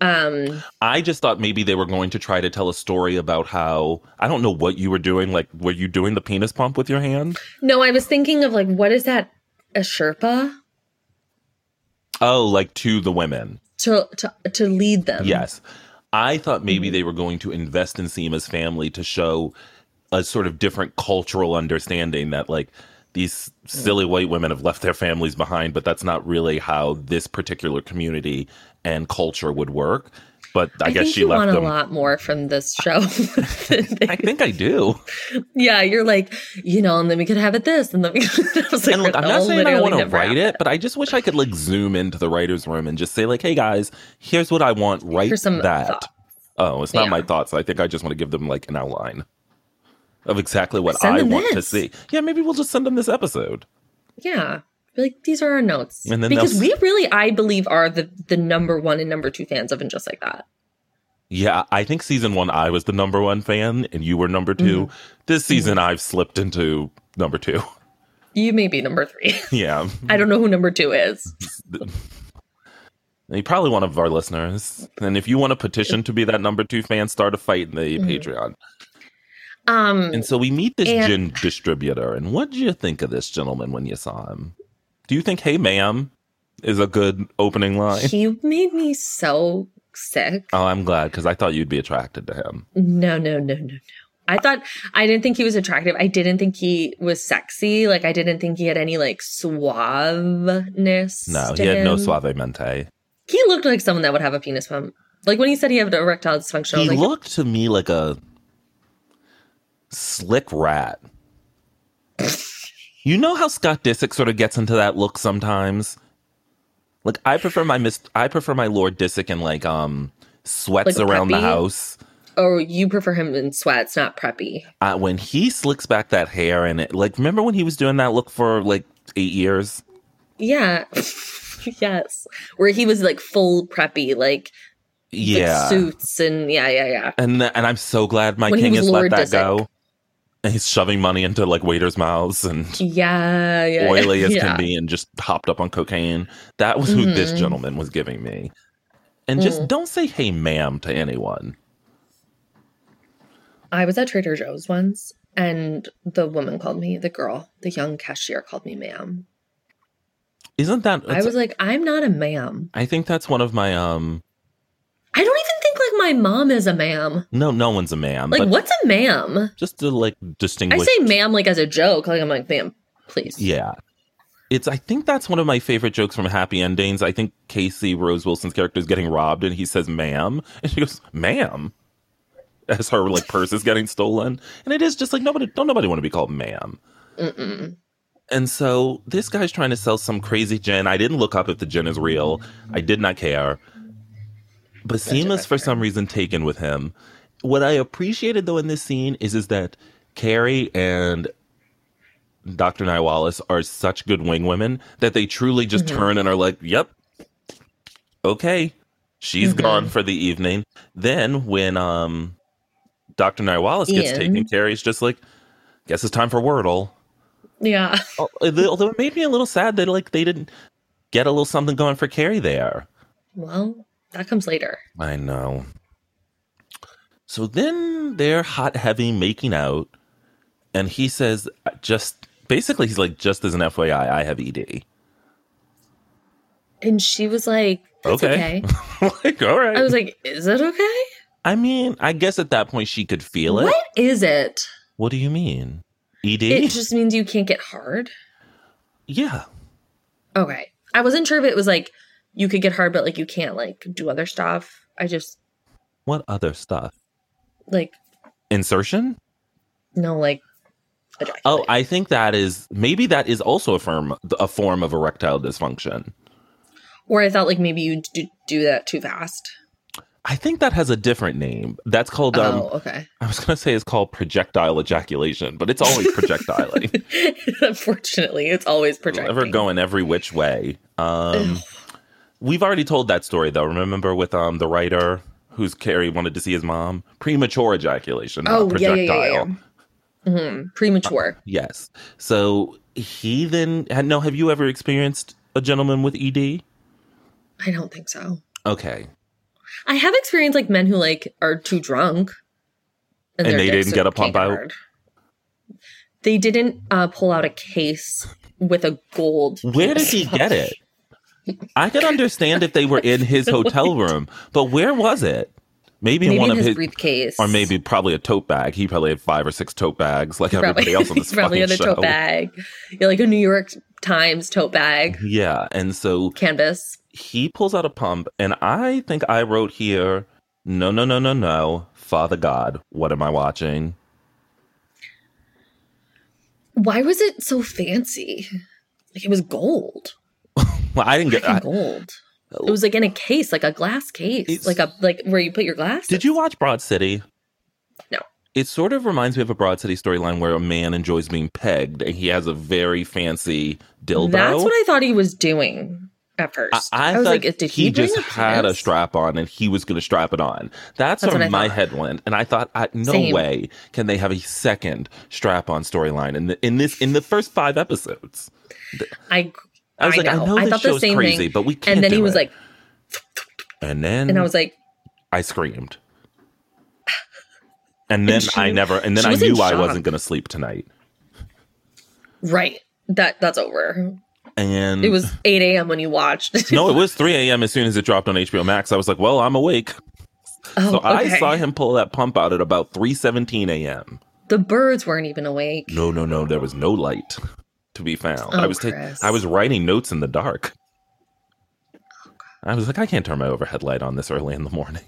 S1: um,
S2: I just thought maybe they were going to try to tell a story about how I don't know what you were doing. Like, were you doing the penis pump with your hand?
S1: no, I was thinking of like, what is that? A Sherpa
S2: Oh, like to the women.
S1: to, to, to lead them.
S2: Yes. I thought maybe
S1: Mm-hmm.
S2: they were going to invest in Seema's family to show a sort of different cultural understanding that, like, these silly white women have left their families behind, but that's not really how this particular community and culture would work. But I,
S1: I,
S2: guess
S1: think
S2: she
S1: you
S2: left
S1: want
S2: them.
S1: a lot more from this show.
S2: I think I do.
S1: yeah, you're like, you know, and then we could have it this, and then we could. I was like,
S2: and look, I'm not
S1: that'll
S2: saying I
S1: literally
S2: want to
S1: never
S2: write
S1: happen.
S2: it, but I just wish I could like zoom into the writer's room and just say like, "Hey guys, here's what I want. Write
S1: Here's some
S2: that."
S1: thought.
S2: Oh, it's not
S1: Yeah.
S2: my thoughts. I think I just want to give them like an outline of exactly what
S1: Send
S2: I
S1: them
S2: want to
S1: this.
S2: see. Yeah, maybe we'll just send them this episode.
S1: Yeah. Be Like these are our notes.
S2: And then they'll
S1: because
S2: s-
S1: we really, I believe, are the the number one and number two fans of and just like that.
S2: Yeah, I think season one I was the number one fan, and you were number 2
S1: Mm-hmm.
S2: This season I've slipped into number two.
S1: You may be number three.
S2: yeah,
S1: I don't know who number two is.
S2: you probably one of our listeners. And if you want a petition to be that number two fan, start a fight in
S1: Mm-hmm.
S2: the Patreon.
S1: Um,
S2: And so we meet this
S1: And-
S2: gin distributor. And what did you think of this gentleman when you saw him? Do you think "Hey, ma'am" is a good opening line?
S1: he made me so sick.
S2: oh, I'm glad because I thought you'd be attracted to him.
S1: No, no, no, no, no. I thought I didn't think he was attractive. I didn't think he was sexy. Like I didn't think he had any like suaveness.
S2: No,
S1: to
S2: he had no
S1: him.
S2: suavemente.
S1: He looked like someone that would have a penis pump. Like when he said he had erectile dysfunction, I
S2: He
S1: was like,
S2: looked to me like a slick rat. you know how Scott Disick sort of gets into that look sometimes. Like I prefer my mis- I prefer my Lord Disick in like um sweats
S1: Like
S2: around
S1: preppy?
S2: the house.
S1: "Oh, you prefer him in sweats, not preppy."
S2: uh, when he slicks back that hair and it like remember when he was doing that look for like eight years
S1: Yeah. yes. Where he was like full preppy, like, like,
S2: yeah
S1: suits and yeah, yeah, yeah.
S2: and th- and i'm so glad my
S1: When he
S2: king
S1: was
S2: has
S1: Lord
S2: let that
S1: Disick.
S2: go and he's shoving money into like waiters mouths and
S1: Yeah, yeah.
S2: oily as
S1: yeah.
S2: can be and just hopped up on cocaine that was who this
S1: Mhm.
S2: gentleman was giving me and just
S1: Mm.
S2: don't say hey ma'am to anyone
S1: I was at Trader Joe's once and the woman called me, the girl, the young cashier called me ma'am.
S2: isn't that
S1: I was like, I'm not a ma'am.
S2: I think that's one of my um
S1: I don't even think like my mom is a ma'am.
S2: no no one's a ma'am
S1: Like,
S2: but
S1: what's a ma'am?
S2: just to like
S1: I
S2: distinguish
S1: say ma'am like as a joke. Like, I'm like, ma'am, please.
S2: Yeah. It's I think that's one of my favorite jokes from Happy Endings. I think Casey Rose Wilson's character is getting robbed and he says ma'am and she goes, Ma'am. as her like purse is getting stolen, and it is just like nobody don't nobody want to be called ma'am.
S1: Mm-mm.
S2: And so this guy's trying to sell some crazy gin. I didn't look up if the gin is real. I did not care. But Seema's for some reason taken with him. What I appreciated though in this scene is is that Carrie and Dr. Nye Wallace are such good wing women that they truly just turn and are like, Yep, okay. she's
S1: Mhm.
S2: gone for the evening. Then when um Dr. Nye Wallace gets
S1: Ian.
S2: taken, Carrie's just like, Guess it's time for Wordle.
S1: Yeah.
S2: Al- although it made me Oh, a little sad that like they didn't get a little something going for Carrie there.
S1: Well, that comes later.
S2: I know. So then they're hot heavy making out, and he says, uh, "Just basically, he's like, just as an FYI, I have E ED."
S1: And she was like, That's okay.
S2: Okay. like, all right.
S1: I was like, Is it okay?
S2: I mean, I guess at that point she could feel it.
S1: What is it?
S2: What do you mean, E ED?
S1: It just means you can't get hard.
S2: yeah.
S1: Okay. I wasn't sure if it was like you could get hard, but like you can't like do other stuff. I just
S2: What other stuff?
S1: like
S2: Insertion?
S1: no like. ejaculate.
S2: Oh, I think that is maybe that is also a form a form of erectile dysfunction.
S1: or I thought like maybe you do, do that too fast.
S2: I think that has a different name. That's called um
S1: oh, okay.
S2: I was gonna say it's called projectile ejaculation, but it's always projectiling.
S1: Unfortunately, it's always projecting.
S2: Ever going every which way. Um we've already told that story though. Remember with um the writer who's Carrie wanted to see his mom? Premature ejaculation, not
S1: Oh, yeah,
S2: projectile.
S1: yeah, yeah, yeah. Mhm. Premature.
S2: Yes. So he then no, have you ever experienced a gentleman with ED?
S1: I don't think so.
S2: Okay.
S1: I have experienced like men who like are too drunk,
S2: And
S1: their
S2: they
S1: dicks
S2: didn't get a pump
S1: can't
S2: out?
S1: hard. They didn't uh, pull out a case with a gold.
S2: Where did
S1: penis.
S2: he get it? I could understand if they were in his hotel room, but where was it? Maybe, in
S1: Maybe in
S2: one of
S1: his,
S2: his,
S1: briefcase,
S2: or maybe probably a tote bag. He probably had five or six tote bags, like everybody
S1: probably,
S2: else on this
S1: probably in
S2: fucking
S1: a
S2: show.
S1: tote bag, yeah, like a New York Times tote bag,
S2: Yeah, and so
S1: canvas.
S2: he pulls out a pump, and I think I wrote here, no, no, no, no, no, Father God, what am I watching?
S1: Why was it so fancy? Like it was gold,
S2: Well, I didn't get.
S1: Fucking
S2: I, Oh.
S1: gold. It was like in a case, like a glass case,
S2: It's-
S1: like a like where you put your glass.
S2: did you watch Broad City?
S1: No.
S2: It sort of reminds me of a Broad City storyline where a man enjoys being pegged, and he has a very fancy dildo.
S1: That's what I thought he was doing at first. I, was like,
S2: thought
S1: did
S2: he,
S1: he, bring
S2: just had a
S1: penis?
S2: strap on and he was going to strap it on. That's,
S1: That's
S2: where
S1: what I
S2: my
S1: thought.
S2: head went, and I thought, I, no
S1: Same.
S2: way can they have a second strap on storyline in the in this in the first five episodes.
S1: I
S2: I was
S1: I
S2: like, I
S1: know.
S2: know
S1: I
S2: this
S1: thought the
S2: show's
S1: same
S2: crazy,
S1: thing.
S2: but we can't.
S1: and then
S2: do
S1: he was
S2: it.
S1: like,
S2: and then
S1: and I was like,
S2: I screamed, and then I
S1: she-
S2: never, and then
S1: she
S2: I
S1: was in
S2: knew I
S1: shock.
S2: wasn't going to sleep tonight.
S1: right, that that's over.
S2: And
S1: It was eight a.m. when you watched.
S2: Mm. no, it was three a.m. as soon as it dropped on HBO Max. I was like, well, I'm awake.
S1: oh,
S2: So I
S1: okay.
S2: saw him pull that pump out at about three seventeen a.m.
S1: The birds weren't even awake.
S2: No, no, no. There was no light to be found. I
S1: Oh,
S2: was ta-
S1: Chris. Oh,
S2: I was writing notes in the dark. I was like, I can't turn my overhead light on this early in the morning.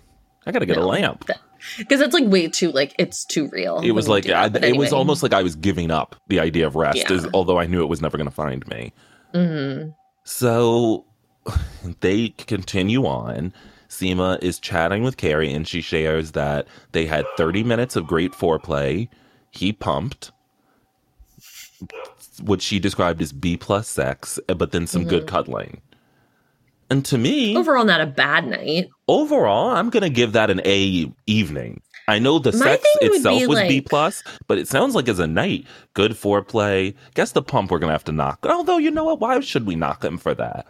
S2: I gotta get a
S1: No.
S2: lamp.
S1: because it's like way too like it's too real.
S2: It was
S1: when you
S2: like
S1: do that,
S2: I,
S1: but
S2: it was
S1: anyway.
S2: almost like I was giving up the idea of rest,
S1: Yeah.
S2: is, although I knew it was never gonna find me. Mm-hmm.
S1: Mhm.
S2: So they continue on. Seema is chatting with Carrie and she shares that they had 30 minutes of great foreplay. He pumped what she described as B plus sex, but then some good cuddling. And to me,
S1: overall not a bad night.
S2: overall, I'm going to give that an A evening. I know the
S1: My
S2: sex
S1: thing would
S2: itself
S1: be
S2: was B
S1: like-
S2: plus, but it sounds like as a night, good foreplay. Guess the pump we're going to have to knock. Although you know what, why should we knock him for that?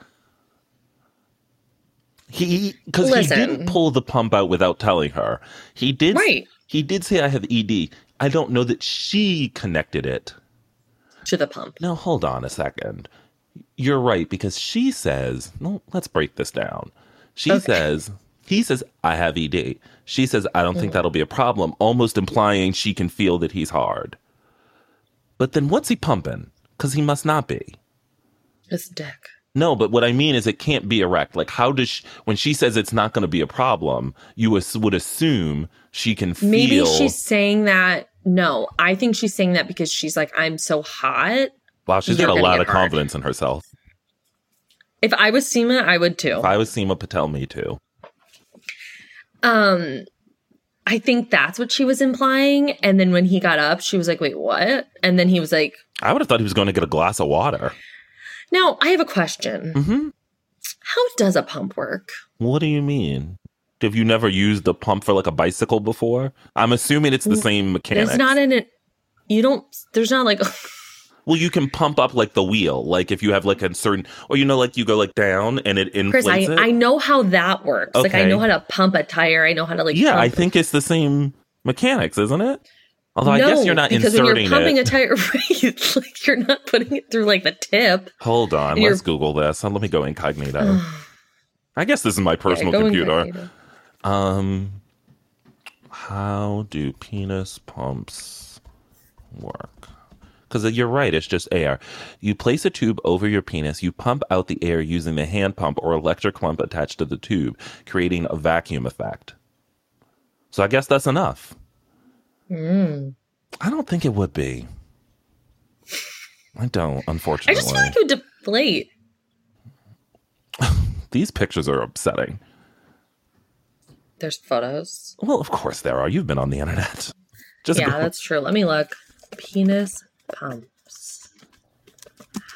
S2: He because he
S1: Listen.
S2: didn't pull the pump out without telling her. He did.
S1: Right.
S2: He did say, "I have ED." I don't know that she connected it.
S1: To the pump.
S2: Now, hold on a second. You're right, because she says, no, let's break this down. She
S1: Okay.
S2: says, he says, I have ED. She says, I
S1: Mm-hmm.
S2: don't think that'll be a problem, almost implying she can feel that he's hard. But then what's he pumping? Because he must not be.
S1: His dick.
S2: No, but what I mean is it can't be erect. Like, how does she, when she says it's not going to be a problem, you as- would assume She can feel.
S1: Maybe she's saying that. No, I think she's saying that because she's like, I'm so hot.
S2: wow, she's
S1: you're
S2: got a
S1: gonna
S2: lot
S1: get
S2: of
S1: hard.
S2: confidence in herself.
S1: If I was Seema, I would too.
S2: If I was Seema Patel, me too.
S1: Um, I think that's what she was implying. And then when he got up, she was like, wait, what? And then he was like,
S2: I would have thought he was going to get a glass of water.
S1: now I have a question.
S2: Mm-hmm.
S1: How does a pump work?
S2: What do you mean? Have you never used a pump for like a bicycle before? I'm assuming it's the
S1: Mm,
S2: same mechanics.
S1: It's not in it. You don't, there's not like,
S2: well, you can pump up like the wheel, like if you have like a certain, or you know, like you go like down and it inflates
S1: Chris, I,
S2: it.
S1: I know how that works. Like, I
S2: Okay.
S1: know how to pump a tire. I know how to like,
S2: yeah, I
S1: pump-
S2: think it's the same mechanics, isn't it? Although I guess
S1: No,
S2: you're not
S1: because
S2: inserting
S1: when you're pumping
S2: it.
S1: a tire, right, it's like you're not putting it through like the tip.
S2: Hold on,
S1: you're-
S2: let's Google this. Uh, Let me go incognito. I guess this is my personal
S1: Yeah, go
S2: computer.
S1: incognito.
S2: Um, how do penis pumps work? Because you're right, it's just air. You place a tube over your penis. You pump out the air using the hand pump or electric pump attached to the tube, creating a vacuum effect. So I guess that's enough.
S1: Hmm.
S2: I don't think it would be. I don't,
S1: I
S2: unfortunately.
S1: just feel like it would deflate.
S2: These pictures are upsetting.
S1: There's photos.
S2: Well, of course there are. You've been on the internet. Just
S1: Yeah,
S2: go-
S1: that's true. Let me look. Penis pumps.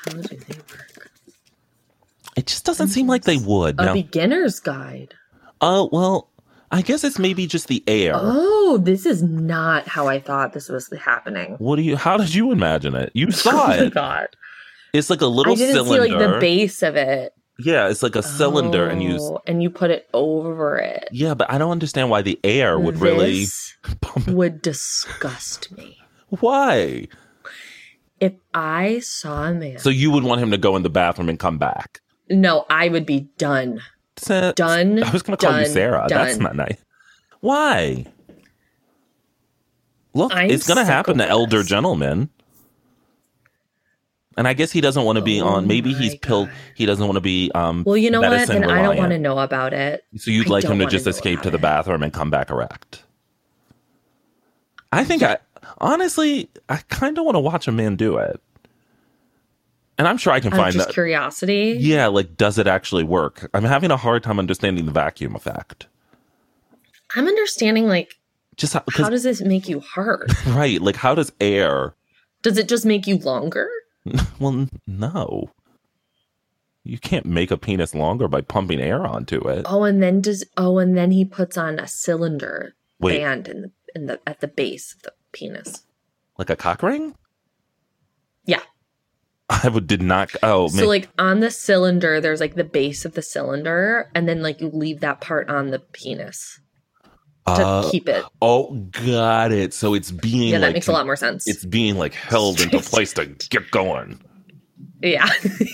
S1: How do they work?
S2: It just doesn't seem like they would.
S1: A
S2: now.
S1: beginner's guide.
S2: Oh, well, I guess it's maybe just the air.
S1: Oh, this is not how I thought this was happening.
S2: What do you how did you imagine it? You saw
S1: Oh my
S2: it.
S1: god.
S2: It's like a
S1: I
S2: little
S1: didn't
S2: cylinder.
S1: see like the base of it.
S2: yeah, it's like a cylinder and you s-
S1: Oh, and you put it over it.
S2: Yeah, but I don't understand why the air would really
S1: This
S2: pump it.
S1: would disgust me.
S2: Why?
S1: If I saw a man,
S2: So you would want him to go in the bathroom and come back.
S1: no, I would be done.
S2: Sa-
S1: Done.
S2: I was gonna call you
S1: done,
S2: Sarah. That's
S1: done.
S2: not nice. Why? Look,
S1: I'm
S2: it's gonna
S1: sick
S2: happen
S1: of
S2: to elder
S1: this.
S2: gentlemen. And I guess he doesn't want to be
S1: Oh
S2: on. Maybe
S1: my
S2: he's pilled.
S1: God.
S2: He doesn't want to be. Um,
S1: Well, you know what?
S2: medicine
S1: Then I don't
S2: reliant.
S1: want to know about it.
S2: So you'd
S1: I
S2: like
S1: don't
S2: him to
S1: wanna
S2: just
S1: know
S2: escape
S1: about
S2: to the
S1: it.
S2: bathroom and come back erect. I think I honestly I kind of want to watch a man do it. And I'm sure I can
S1: Out of
S2: find
S1: just
S2: that.
S1: curiosity.
S2: Yeah, like does it actually work? I'm having a hard time understanding the vacuum effect.
S1: I'm understanding like
S2: Just how, 'cause-
S1: how does this make you hard?
S2: right, like how does air?
S1: does it just make you longer?
S2: Well, n- no. You can't make a penis longer by pumping air onto it.
S1: Oh, and then does oh, and then he puts on a cylinder
S2: Wait,
S1: band in the in the at the base of the penis.
S2: like a cock ring?
S1: Yeah.
S2: I would did not. Oh,
S1: So like on the cylinder, there's like the base of the cylinder, and then like you leave that part on the penis to keep it.
S2: Oh, got it. So it's being
S1: Yeah, that
S2: like
S1: makes a lot more sense.
S2: it's being like held into place to get going.
S1: yeah,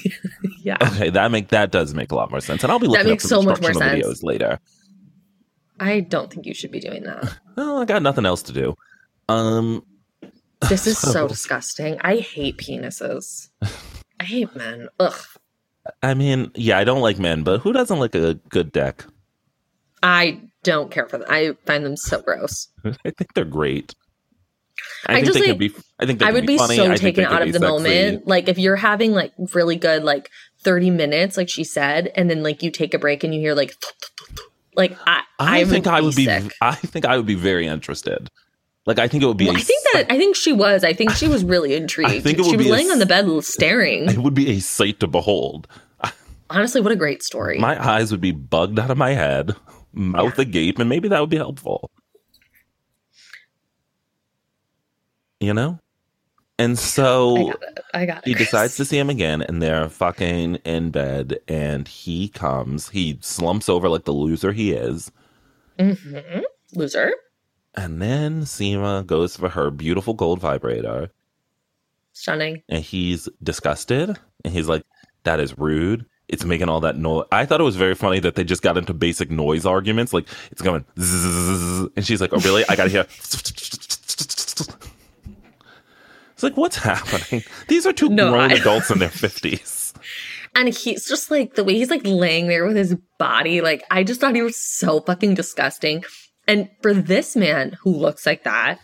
S1: yeah.
S2: Okay, that make that does make a lot more sense, and I'll be looking
S1: makes
S2: up
S1: so
S2: some
S1: much more
S2: instructional
S1: sense.
S2: videos later.
S1: I don't think you should be doing that.
S2: Oh, I got nothing else to do. Um,
S1: This is so
S2: So-
S1: disgusting. I hate penises. I hate men. Ugh.
S2: I mean, yeah, I don't like men, but who doesn't like a good deck?
S1: I don't care for them. I find them so gross.
S2: I think they're great. I,
S1: I
S2: think
S1: just,
S2: they
S1: like-
S2: could be. I think they
S1: I
S2: could
S1: would be
S2: funny. I
S1: so
S2: think they
S1: taken
S2: could
S1: out
S2: be
S1: of the
S2: sexy.
S1: moment. Like if you're having like really good like 30 minutes, like she said, and then like you take a break and you hear like like I
S2: I, think
S1: would
S2: I would be.
S1: sick.
S2: I think I would be very interested. Like I think it would be.
S1: Well,
S2: a
S1: I think that I think she was. I think she was really intrigued.
S2: think it
S1: she
S2: would
S1: was
S2: be a
S1: laying on the bed staring.
S2: it would be a sight to behold.
S1: Honestly, what a great story.
S2: My eyes would be bugged out of my head, mouth agape, and maybe that would be helpful. You know? And
S1: I
S2: so
S1: got it. I got it.
S2: he
S1: Chris.
S2: decides to see him again, and they're fucking in bed, and he comes. He slumps over like the loser he is.
S1: Mhm. loser.
S2: And then Seema goes for her beautiful gold vibrator,
S1: Stunning.
S2: and he's disgusted, and he's like, That is rude. It's making all that noise. I thought it was very funny that they just got into basic noise arguments. Like, it's going, zzzz, and she's like, Oh, really? I got to hear. It's like, What's happening? These are two
S1: No,
S2: grown
S1: I-
S2: adults in their 50s.
S1: And he's just like the way he's like laying there with his body. Like I just thought he was so fucking disgusting. And for this man who looks like that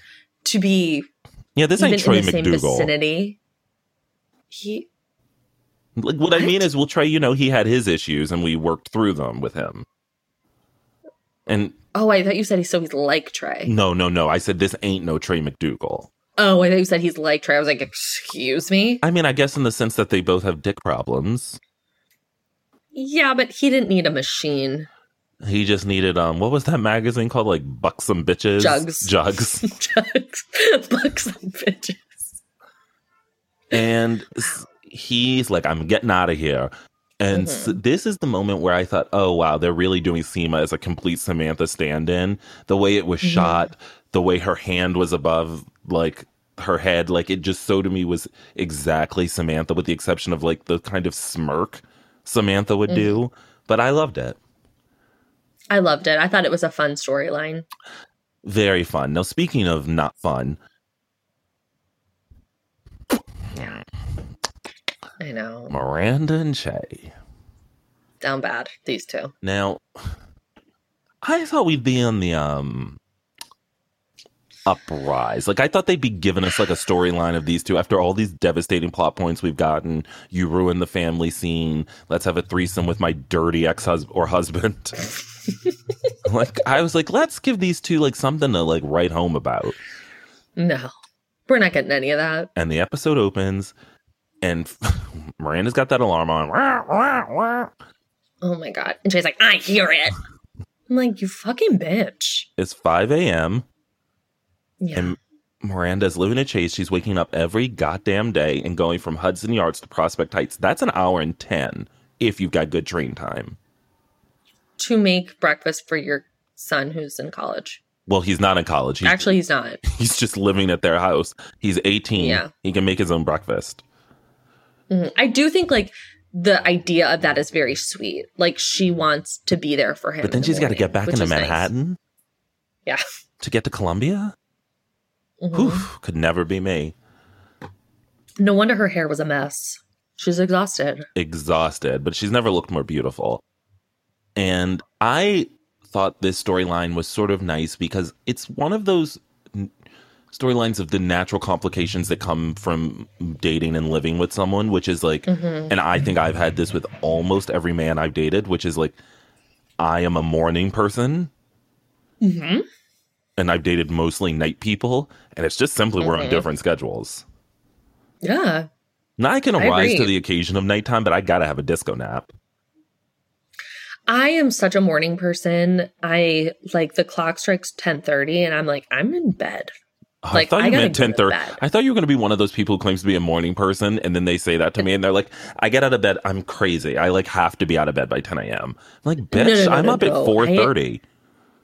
S1: to be
S2: Yeah, this
S1: even
S2: ain't Troy
S1: in the same
S2: McDougal.
S1: vicinity, he
S2: Like what I mean
S1: What?
S2: is, well, Trey, you know, he had his issues, and we worked through them with him. And
S1: Oh, I thought you said he's so he's like Trey.
S2: no, no, no, I said this ain't no Trey McDougal.
S1: Oh, I thought you said he's like Trey. I was like, excuse me.
S2: I mean, I guess in the sense that they both have dick problems.
S1: Yeah, but he didn't need a machine.
S2: He just needed um, what was that magazine called? Like buxom bitches,
S1: Jugs.
S2: jugs.
S1: Jugs, bucks, and bitches.
S2: and s- he's like, "I'm getting out of here." And s-
S1: Mhm.
S2: this is the moment where I thought, "Oh wow, they're really doing Seema as a complete Samantha stand-in." The way it was
S1: Mhm.
S2: shot, the way her hand was above like her head, like it just so to me was exactly Samantha, with the exception of like the kind of smirk Samantha would do. But I loved it.
S1: I loved it. I thought it was a fun storyline.
S2: Very fun. Now, speaking of not fun,
S1: I know.
S2: Miranda and Shay.
S1: Down bad, these two.
S2: Now, I thought we'd be on the um uprise. Like I thought they'd be giving us like a storyline of these two after all these devastating plot points we've gotten. You ruined the family scene. Let's have a threesome with my dirty ex husband or husband. like I was like, let's give these two like something to like write home about.
S1: No. We're not getting any of that.
S2: and the episode opens and Miranda's got that alarm on. Wah, wah, wah.
S1: Oh my God. And Trey's like, I hear it. I'm like, you fucking bitch.
S2: It's 5 a.m.
S1: Yeah.
S2: And Miranda's living a chase. She's waking up every goddamn day and going from Hudson Yards to Prospect Heights. That's an hour and 10 if you've got good train time.
S1: to make breakfast for your son who's in college.
S2: Well, he's not in college. He's,
S1: Actually, he's not.
S2: he's just living at their house. He's 18.
S1: Yeah.
S2: He can make his own breakfast.
S1: Mhm. I do think like the idea of that is very sweet. Like she wants to be there for him.
S2: But then
S1: in the
S2: she's got to
S1: morning,
S2: get back
S1: which
S2: into
S1: is nice.
S2: Manhattan.
S1: Yeah.
S2: To get to Columbia?
S1: Mhm.
S2: Whew, could never be me.
S1: No wonder her hair was a mess. She's exhausted.
S2: exhausted, but she's never looked more beautiful. And I thought this storyline was sort of nice because it's one of those n- storylines of the natural complications that come from dating and living with someone, which is like, and I think I've had this with almost every man I've dated, which is like, I am a morning person.
S1: Mhm.
S2: And I've dated mostly night people, and it's just simply we're on
S1: Mhm.
S2: different schedules.
S1: Yeah.
S2: Now I can
S1: I
S2: arise to
S1: agree.
S2: the occasion of nighttime, but I gotta have a disco nap.
S1: I am such a morning person. I like the clock strikes 10:30 and I'm like I'm in bed.
S2: Oh,
S1: Like,
S2: I thought
S1: I
S2: you
S1: gotta
S2: meant
S1: go to
S2: 10:30.
S1: bed.
S2: I thought you were going to be one of those people who claims to be a morning person, and then they say that to me, and they're like, "I get out of bed. I'm crazy. I like have to be out of bed by 10 a.m." I'm like,
S1: No,
S2: bitch,
S1: no, no,
S2: I'm
S1: no,
S2: up
S1: no.
S2: at 4:30.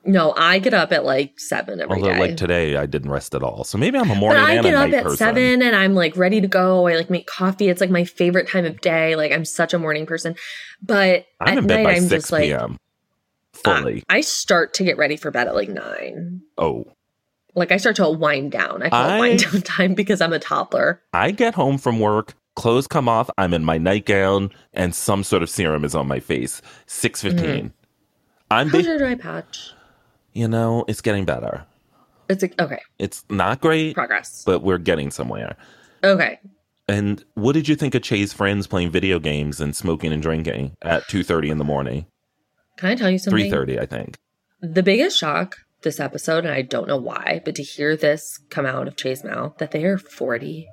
S1: No, I get up at like 7 every
S2: Although,
S1: day.
S2: like today, I didn't rest at all, so maybe I'm a
S1: but
S2: morning
S1: I
S2: and
S1: get
S2: a
S1: up
S2: night
S1: at
S2: person.
S1: 7 and I'm like ready to go. I like make coffee. It's like my favorite time of day. Like I'm such a morning person. But
S2: I'm
S1: at
S2: in bed
S1: night
S2: by
S1: I'm
S2: 6
S1: just like
S2: p.m.
S1: ah,
S2: fully.
S1: I start to get ready for bed at like 9.
S2: oh,
S1: Like I start to wind down. I call
S2: I-
S1: it wind down time because I'm a toddler.
S2: I get home from work, clothes come off, I'm in my nightgown, and some sort of serum is on my face. 6:15. I'm,
S1: Mm-hmm. How's
S2: ba-
S1: your dry patch?
S2: you know, it's getting better.
S1: It's like okay,
S2: It's not great,
S1: progress.
S2: but we're getting somewhere.
S1: Okay.
S2: And what did you think of Che's friends playing video games and smoking and drinking at two thirty in the morning?
S1: Can I tell you
S2: Three
S1: something?
S2: thirty, I think.
S1: The biggest shock this episode, and I don't know why, but to hear this come out of Chase mouth that they are 46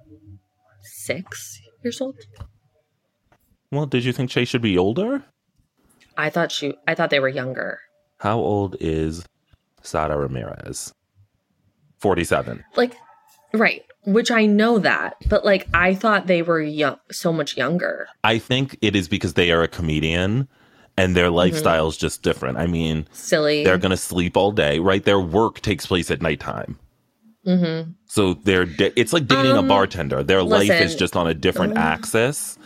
S1: years old.
S2: Well, did you think Che should be older?
S1: I thought she I thought they were younger.
S2: How old is Sada Ramirez? Forty-seven.
S1: Like right, which I know that, but like I thought they were young so much younger.
S2: I think it is because they are a comedian and
S1: Mm-hmm.
S2: their lifestyle's just different. I mean,
S1: Silly.
S2: they're gonna sleep all day, right? Their work takes place at nighttime.
S1: mm-hmm.
S2: So they're da- it's like dating a
S1: Um,
S2: bartender. Their life is
S1: listen. Um,
S2: just on a different axis.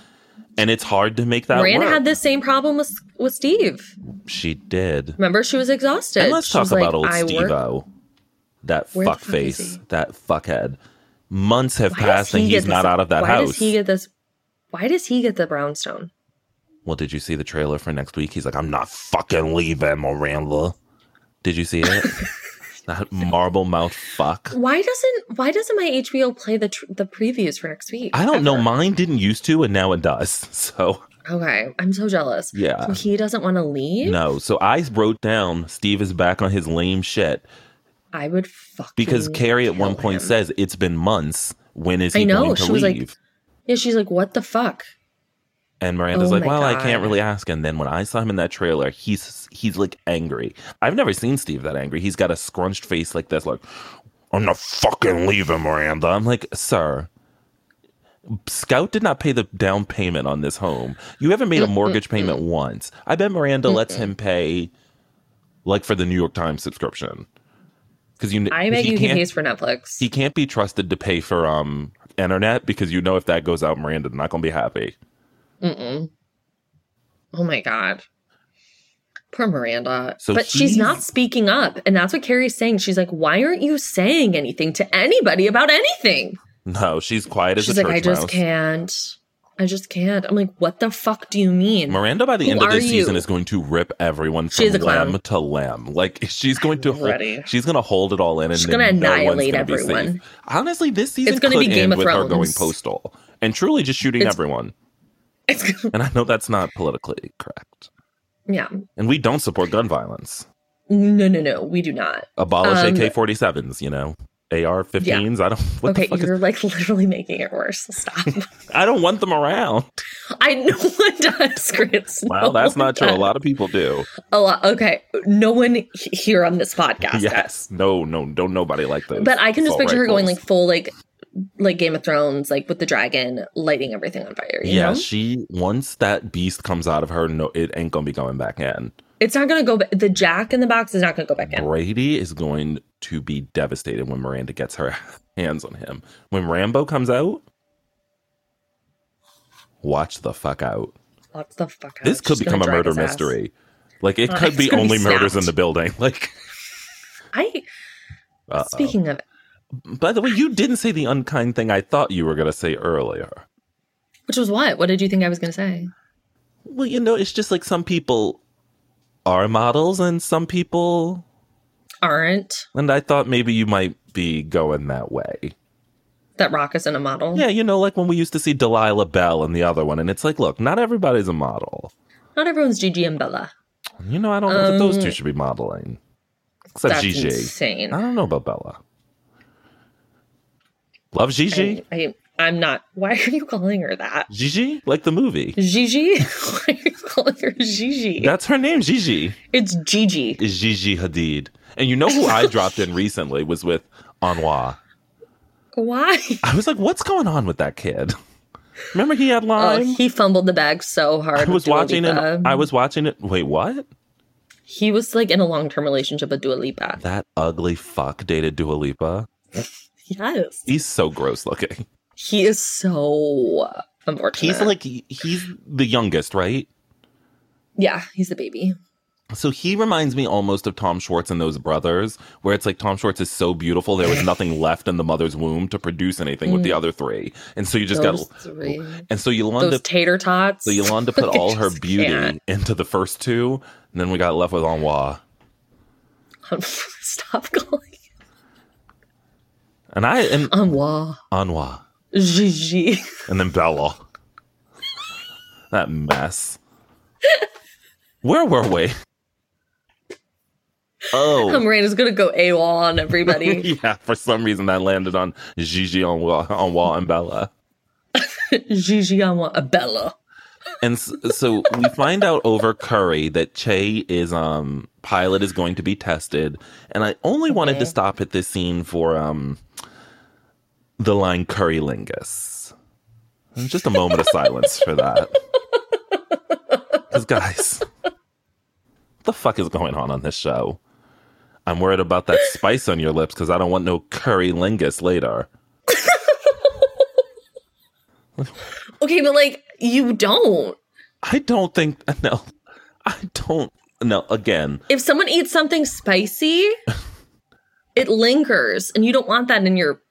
S2: And it's hard to make that
S1: Miranda
S2: work.
S1: had this same problem with with Steve.
S2: she did.
S1: Remember, she was exhausted.
S2: And let's
S1: She
S2: talk
S1: was like,
S2: about old
S1: I work-
S2: Steve uh, O. That
S1: Where the
S2: fuck
S1: fuck is
S2: face.
S1: he?
S2: That fuckhead. Months have
S1: Why does
S2: passed and
S1: he get
S2: he's
S1: this-
S2: not out of that
S1: why
S2: house.
S1: Does he get this? Why does he get the brownstone?
S2: well, did you see the trailer for next week? He's like, I'm not fucking leaving, Miranda. Did you see it? That marble mouth fuck.
S1: Why doesn't Why doesn't my HBO play the tr- the previews for next week?
S2: I don't know.
S1: ever?
S2: Mine didn't used to, and now it does. So
S1: Okay, I'm so jealous.
S2: yeah,
S1: So he doesn't want to leave.
S2: no. So I wrote down Steve is back on his lame shit
S1: I would fucking
S2: because Carrie at one
S1: kill
S2: point
S1: him.
S2: says it's been months. When is he
S1: I know,
S2: going to
S1: she
S2: leave?
S1: was like- "Yeah." She's like, "What the fuck?"
S2: and Miranda's
S1: Oh
S2: like,
S1: my
S2: "Well, I
S1: God.
S2: can't really ask." And then when I saw him in that trailer, he's he's like angry. I've never seen Steve that angry. He's got a scrunched face like this, like I'm not fucking leaving, Miranda. I'm like, sir. Scout did not pay the down payment on this home. You haven't made a mortgage payment once. I bet Miranda lets him pay, like for the New York Times subscription, because you.
S1: I bet
S2: he
S1: you he
S2: can't-
S1: pays for Netflix.
S2: he can't be trusted to pay for um internet because you know if that goes out, Miranda's not gonna be happy.
S1: Mm-mm. Oh my god. Poor Miranda.
S2: So
S1: but she's
S2: he's-
S1: not speaking up. And that's what Carrie's saying. She's like, why aren't you saying anything to anybody about anything?
S2: No, she's quiet as
S1: She's
S2: a
S1: like,
S2: church
S1: I just
S2: mouse.
S1: can't. I just can't. I'm like, what the fuck do you mean?
S2: Miranda by the
S1: Who
S2: end of
S1: are
S2: this season
S1: you?
S2: is going to rip everyone
S1: She's
S2: from
S1: a clown.
S2: lamb to lamb. Like she's going to hold,
S1: Ready.
S2: she's going to hold it all in, and
S1: She's
S2: then
S1: gonna
S2: no one's
S1: annihilate
S2: gonna be safe.
S1: everyone.
S2: Honestly, this season
S1: It's gonna
S2: could
S1: be Game
S2: end
S1: of
S2: with her going
S1: Thrones.
S2: postal and truly just shooting
S1: It's-
S2: everyone.
S1: It's-
S2: And I know that's not politically correct,
S1: yeah.
S2: and we don't support gun violence.
S1: No, no, no. We do not.
S2: Abolish
S1: Um,
S2: AK-47s, you know, AR-15s. I don't. What
S1: okay,
S2: the fuck is
S1: you're like literally making it worse. Stop.
S2: I don't want them around.
S1: I no one does, Chris.
S2: Well,
S1: No
S2: that's
S1: one
S2: not true. A
S1: does.
S2: lot of people do.
S1: A lot. Okay, no one he- here on this podcast. does.
S2: Yes. No, no, don't nobody like those.
S1: But I can just
S2: assault
S1: picture her going like
S2: rifles.
S1: full like like Game of Thrones, like with the dragon lighting everything on fire. You
S2: yeah,
S1: know?
S2: she once that beast comes out of her, no, it ain't gonna be going back in.
S1: it's not gonna go. Ba- the Jack in the box is not gonna go back in.
S2: Brady is going to be devastated when Miranda gets her hands on him. When Rambo comes out, watch the fuck out.
S1: What the fuck? out.
S2: this could
S1: She's
S2: become
S1: gonna
S2: a
S1: drag
S2: murder
S1: his ass.
S2: mystery. Like it
S1: Uh,
S2: could
S1: it's
S2: be
S1: gonna be
S2: only murders in
S1: snapped.
S2: the building. Like
S1: I
S2: uh,
S1: speaking of,
S2: by the way, you didn't say the unkind thing I thought you were gonna say earlier.
S1: which was what? What did you think I was gonna say?
S2: Well, you know, it's just like some people are models and some people
S1: Aren't
S2: and I thought maybe you might be going that way.
S1: that Rock isn't a model?
S2: Yeah, you know, like when we used to see Delilah Bell and the other one, and it's like, look, not everybody's a model.
S1: Not everyone's Gigi and Bella.
S2: You know, I don't know that those
S1: Um,
S2: two should be modeling. Except
S1: That's
S2: Gigi.
S1: insane.
S2: I don't know about Bella. Love Gigi.
S1: I, I, I'm not. Why are you calling her that?
S2: Gigi? Like the movie.
S1: Gigi? Why are you calling her Gigi?
S2: That's her name, Gigi.
S1: it's Gigi.
S2: Is Gigi Hadid. And you know who I dropped in recently was with Anwar.
S1: Why?
S2: I was like, what's going on with that kid? Remember he had
S1: Oh,
S2: Lyme?
S1: he fumbled the bag so hard.
S2: I
S1: with
S2: was
S1: Dua
S2: watching it.
S1: Lipa.
S2: I was watching it. Wait, what?
S1: He was like in a long term relationship with Dua Lipa.
S2: That ugly fuck dated Dua Lipa.
S1: Yes.
S2: He's so gross looking.
S1: He is so unfortunate.
S2: He's like he's the youngest, right?
S1: yeah, he's the baby.
S2: So he reminds me almost of Tom Schwartz and those brothers, where it's like Tom Schwartz is so beautiful there was nothing left in the mother's womb to produce anything with the other three, and so you just
S1: Mm. Those
S2: got.
S1: three.
S2: And so Yolanda,
S1: Those tater tots.
S2: so Yolanda put all her
S1: just
S2: beauty
S1: can't.
S2: into the first two, and then we got left with Anwa.
S1: Stop calling
S2: And I and
S1: on wall.
S2: Anwa.
S1: Gigi.
S2: and then Bella. that mess. Where were we? Oh,
S1: Miranda's gonna go AWOL on everybody.
S2: yeah. For some reason, that landed on Gigi on Wa on Wa and Bella,
S1: Gigi on wall. Bella.
S2: and s- so we find out over Curry that Che is um pilot is going to be tested, and I only wanted to stop at this scene for um the line Curry Lingus. Just a moment of silence for that. Because, guys, what the fuck is going on on this show? I'm worried about that spice on your lips because I don't want no curry lingus later.
S1: Okay, but like you don't.
S2: I don't think, no, I don't, no, again,
S1: If someone eats something spicy, it lingers, and you don't want that in your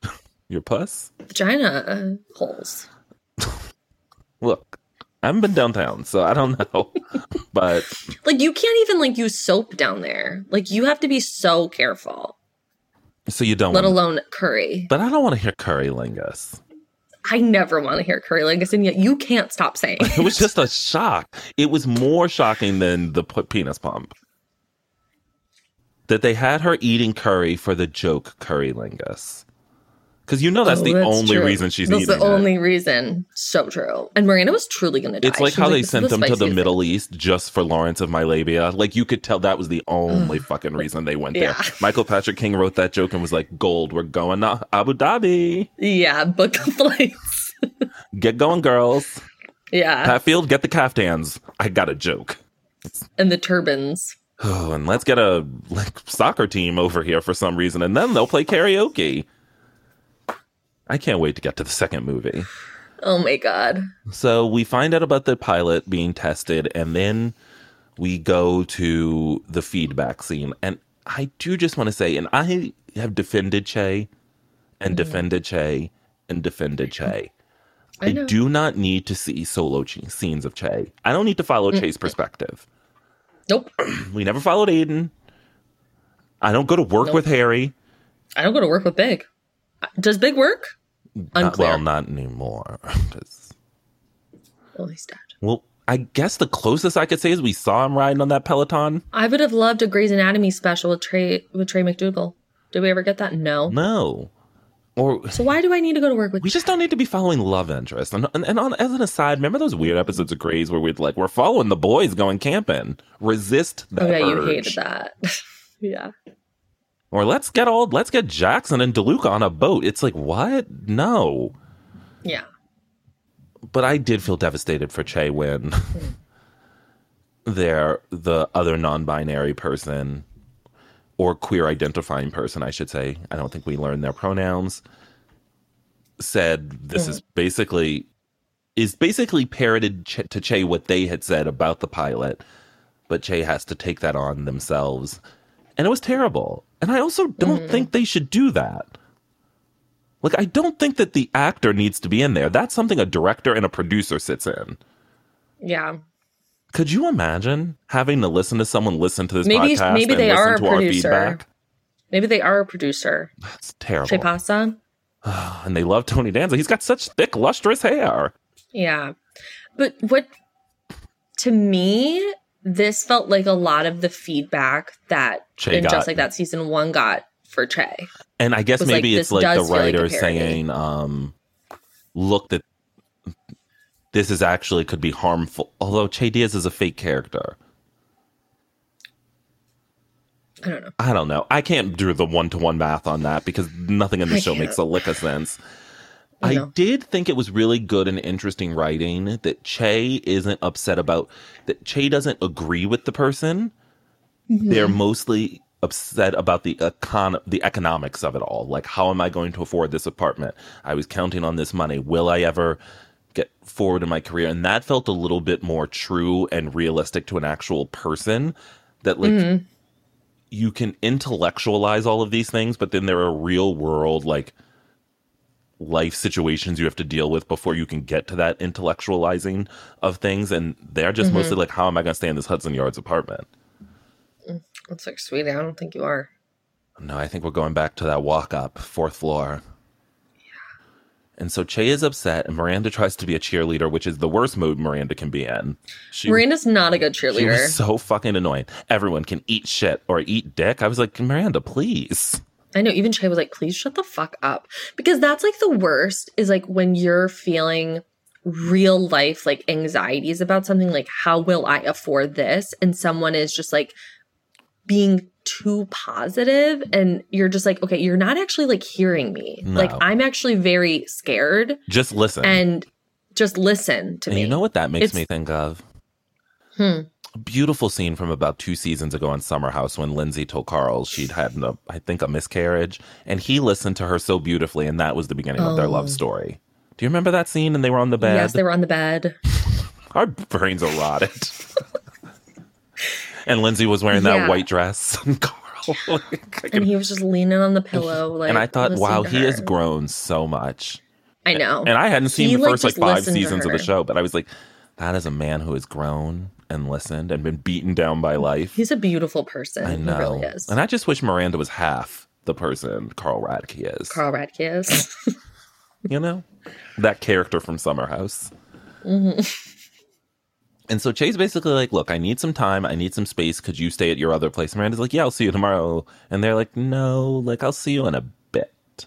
S2: your puss.
S1: vagina holes.
S2: Look, I haven't been downtown, so I don't know. but
S1: Like you can't even like use soap down there. Like you have to be so careful.
S2: So you don't.
S1: let
S2: wanna-
S1: alone curry.
S2: but I don't want to hear curry lingus.
S1: I never want to hear curry lingus, and yet you can't stop saying
S2: It was just a shock. It was more shocking than the p- penis pump. That they had her eating curry for the joke curry lingus. Because you know that's
S1: Oh,
S2: the only
S1: true.
S2: reason she's
S1: That's
S2: eating
S1: the
S2: it.
S1: only reason. So true. And Miranda was truly going to die.
S2: It's like
S1: She was
S2: how they
S1: "This is
S2: sent
S1: the
S2: them to the
S1: spiciest
S2: Middle East just for Lawrence of Mylabia. Like you could tell that was the only fucking reason they went
S1: Yeah.
S2: there. Michael Patrick King wrote that joke and was like, "Gold, we're going to Abu Dhabi.
S1: thing." Yeah, book the flights.
S2: Get going, girls.
S1: yeah,
S2: Hatfield, get the caftans. I got a joke.
S1: and the turbans.
S2: Oh, and let's get a like soccer team over here for some reason, and then they'll play karaoke. I can't wait to get to the second movie."
S1: Oh my god.
S2: So we find out about the pilot being tested, and then we go to the feedback scene. And I do just want to say, and I have defended Che, and defended Che, and defended Che. I,
S1: I know.
S2: do not need to see solo ch- scenes of Che. I don't need to follow
S1: Mm.
S2: Che's perspective.
S1: Nope.
S2: We never followed Aiden. I don't go to work with Harry.
S1: I don't go to work with Big. Does Big work?
S2: Not, well,
S1: Unclear.
S2: not anymore. 'cause-
S1: Oh, he's dead.
S2: well, I guess the closest I could say is we saw him riding on that Peloton.
S1: I would have loved a Grey's Anatomy special with Trey with Trey McDougal. Did we ever get that? No.
S2: No. Or
S1: So why do I need to go to work with?
S2: we just don't need to be following love interest. And, and, and on, as an aside, remember those weird episodes of Grays where we'd like, we're following the boys going camping. Resist that.
S1: oh yeah, you
S2: urge.
S1: hated that. yeah.
S2: Or let's get old, let's get Jackson and DeLuca on a boat. It's like, what? No.
S1: Yeah.
S2: But I did feel devastated for Che when they're the other non binary person or queer identifying person, I should say. I don't think we learned their pronouns. Said this is basically is basically parroted Ch- to Che what they had said about the pilot, but Che has to take that on themselves, and it was terrible. And I also don't think they should do that. Like I don't think that the actor needs to be in there. That's something a director and a producer sits in.
S1: Yeah.
S2: Could you imagine having to listen to someone listen to this
S1: Maybe-
S2: podcast
S1: maybe
S2: and
S1: they
S2: listen
S1: are a
S2: to our
S1: producer.
S2: feedback?
S1: Maybe they are a producer.
S2: That's terrible.
S1: Trey Pasta.
S2: And they love Tony Danza. He's got such thick, lustrous hair.
S1: Yeah. But what to me, this felt like a lot of the feedback that
S2: Trey
S1: and
S2: got.
S1: just like that season one got for Trey.
S2: And I guess
S1: was like,
S2: maybe it's
S1: this
S2: like the
S1: does feel like a
S2: writer
S1: parody.
S2: saying, um, look that this is actually could be harmful. Although Che Diaz is a fake character.
S1: I don't know.
S2: I don't know. I can't do the one to one math on that because nothing in the
S1: I
S2: show
S1: can't.
S2: makes a lick of sense.
S1: I
S2: I
S1: know.
S2: did think it was really good and interesting writing that Che isn't upset about that Che doesn't agree with the person. They're mostly upset about the econ- the economics of it all. Like how am I going to afford this apartment? I was counting on this money. Will I ever get forward in my career? And that felt a little bit more true and realistic to an actual person that like you can intellectualize all of these things, but then there are real world like life situations you have to deal with before you can get to that intellectualizing of things. And they're just
S1: Mm-hmm.
S2: mostly like, how am I going to stay in this Hudson Yards apartment?
S1: That's like sweetie, I don't think you are.
S2: No, I think we're going back to that walk up, fourth floor. And so Che is upset, and Miranda tries to be a cheerleader, which is the worst mood Miranda can be in. She,
S1: Miranda's not a good
S2: she
S1: cheerleader.
S2: was so fucking annoying. Everyone can eat shit or eat dick. I was like, Miranda, please.
S1: I know even Trey was like, please shut the fuck up. Because that's like the worst is like when you're feeling real life like anxieties about something, like how will I afford this? And someone is just like being too positive and you're just like, okay, you're not actually like hearing me.
S2: No.
S1: Like I'm actually very scared
S2: Just listen.
S1: and just listen to
S2: And
S1: me.
S2: you know what that makes
S1: It's-
S2: me think of?
S1: Hmm.
S2: A beautiful scene from about two seasons ago on Summer House when Lindsay told Carl she'd had, a, I think, a miscarriage, and he listened to her so beautifully, and that was the beginning of their
S1: Oh.
S2: love story. Do you remember that scene? And they were on the bed.
S1: Yes, they were on the bed.
S2: Our brains are rotted. and Lindsay was wearing that
S1: Yeah.
S2: white dress. And Carl, like, I
S1: And
S2: can-
S1: he was just leaning on the pillow. Like,
S2: and I thought,
S1: listening
S2: wow,
S1: to
S2: he
S1: her.
S2: has grown so much.
S1: I know.
S2: And I hadn't seen
S1: He,
S2: the
S1: like,
S2: first like,
S1: just
S2: five
S1: listened to
S2: seasons of the
S1: her.
S2: show, but I was like, that is a man who has grown and listened and been beaten down by life.
S1: He's a beautiful person.
S2: I know.
S1: He really is.
S2: And I just wish Miranda was half the person Carl Radke is.
S1: Carl Radke is.
S2: you know, that character from Summer House.
S1: Mm-hmm.
S2: And so Chase basically like, look, I need some time. I need some space. Could you stay at your other place? Miranda's like, yeah, I'll see you tomorrow. And they're like, no, like I'll see you in a bit.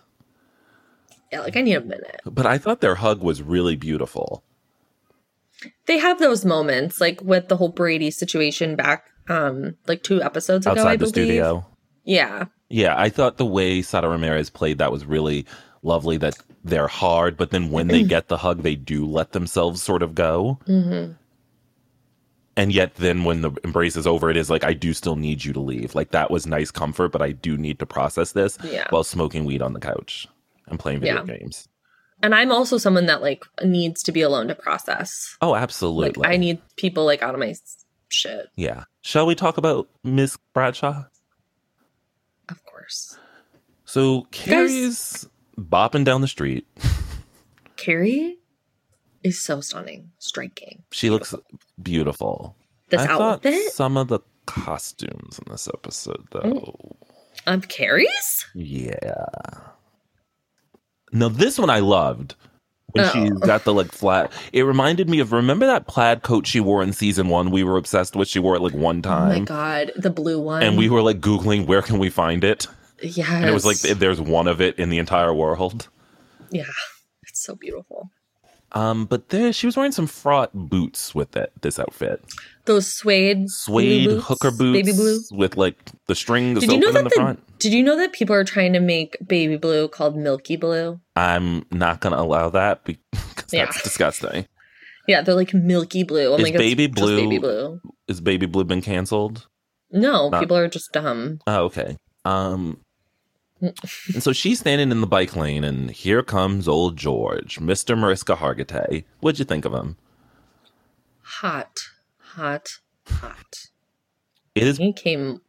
S1: yeah, like I need a minute.
S2: But I thought their hug was really beautiful.
S1: They have those moments, like with the whole Brady situation back, um, like two episodes ago,
S2: outside
S1: I
S2: the
S1: believe.
S2: studio.
S1: Yeah,
S2: Yeah, I thought the way Sada Ramirez played that was really lovely. That they're hard, but then when they get the hug, they do let themselves sort of go. Mm-hmm. And yet, then when the embrace is over, it is like I do still need you to leave. Like that was nice comfort, but I do need to process this
S1: Yeah.
S2: while smoking weed on the couch and playing video
S1: Yeah.
S2: games.
S1: and I'm also someone that like needs to be alone to process.
S2: Oh, absolutely.
S1: Like I need people like out of my s- shit.
S2: yeah. Shall we talk about Miss Bradshaw?
S1: Of course,
S2: So Carrie's bopping down the street.
S1: Carrie is so stunning, striking.
S2: She looks beautiful.
S1: This
S2: I thought
S1: outfit
S2: some of the costumes in this episode, though.
S1: Mm. of Carrie's.
S2: Yeah. Now this one I loved when she
S1: Oh.
S2: got the like flat. It reminded me of remember that plaid coat she wore in season one. We were obsessed with. She wore it like one
S1: Oh my
S2: time,
S1: god, the blue one.
S2: and we were like googling where can we find it,
S1: yes,
S2: and it was like there's one of it in the entire world.
S1: yeah, it's so beautiful.
S2: Um, but there she was wearing some fraught boots with it. This outfit,
S1: Those suede, blue
S2: suede
S1: boots,
S2: hooker boots,
S1: baby blue.
S2: with like the strings
S1: Did you
S2: open
S1: know
S2: in
S1: that
S2: the
S1: the-
S2: front.
S1: Did you know that people are trying to make baby blue called milky blue?
S2: I'm not going to allow that because
S1: Yeah.
S2: that's disgusting.
S1: Yeah, they're like milky blue. I'm
S2: Is
S1: like, it's
S2: baby
S1: just
S2: blue-
S1: baby blue.
S2: Is Baby Blue been canceled?
S1: No,
S2: Not-
S1: people are just dumb.
S2: Oh, okay. Um, and so she's standing in the bike lane, and here comes old George, Mr. Mariska Hargitay. What'd you think of him?
S1: Hot, hot, hot.
S2: It is.
S1: He came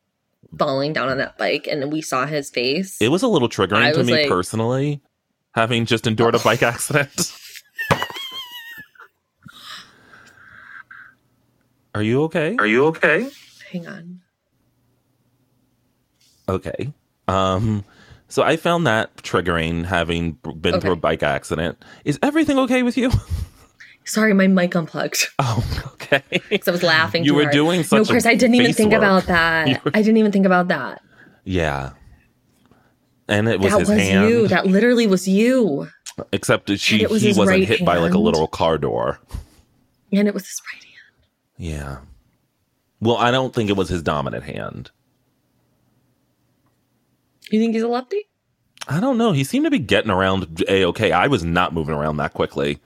S1: falling down on that bike, and we saw his face.
S2: It was a little triggering
S1: I
S2: to
S1: was
S2: me
S1: like-
S2: personally, having just endured a bike accident. Are you okay?
S3: Are you okay?
S1: Hang on.
S2: Okay. Um so I found that triggering having b- been through a
S1: Okay.
S2: bike accident. Is everything okay with you?
S1: Sorry, my mic unplugged
S2: Oh, okay.
S1: because I was laughing.
S2: You
S1: too
S2: were
S1: hard.
S2: doing
S1: No,
S2: such a
S1: Chris, I didn't even
S2: face
S1: think
S2: work.
S1: about that. I didn't even think about that.
S2: Yeah. And it was
S1: that
S2: his
S1: was
S2: hand,
S1: you. That literally was you.
S2: except that she
S1: And it was
S2: he
S1: his
S2: wasn't
S1: right
S2: hit by like a
S1: hand.
S2: literal car door.
S1: And it was his right hand.
S2: Yeah. Well, I don't think it was his dominant hand.
S1: You think he's a lefty?
S2: I don't know. He seemed to be getting around a okay. I was not moving around that quickly.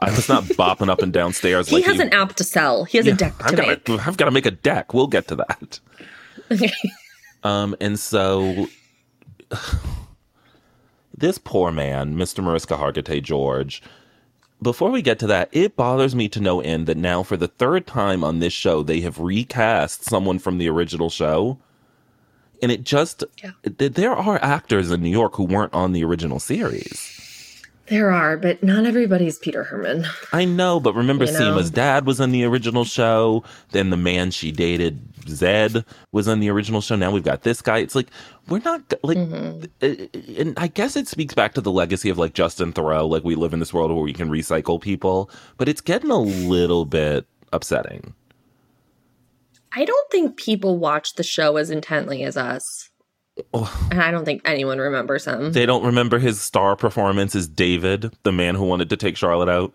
S2: I was not bopping up and downstairs.
S1: He
S2: like
S1: has
S2: he,
S1: an app to sell. He has a deck to
S2: I've
S1: make.
S2: Gotta, I've got to make a deck. We'll get to that. Um, and so this poor man, Mr. Mariska Hargitay George, before we get to that, it bothers me to no end that now for the third time on this show, they have recast someone from the original show. And it just,
S1: Yeah.
S2: th- there are actors in New York who weren't on the original series.
S1: There are, but not everybody's Peter Herman.
S2: I know, but remember
S1: You know?
S2: Seema's dad was on the original show. Then the man she dated, Zed, was on the original show. Now we've got this guy. It's like we're not like,
S1: Mm-hmm.
S2: th- uh, and I guess it speaks back to the legacy of like Justin Thoreau. Like we live in this world where we can recycle people, but it's getting a little bit upsetting.
S1: I don't think people watch the show as intently as us. And I don't think anyone remembers him.
S2: Oh. They don't remember his star performance as David, the man who wanted to take Charlotte out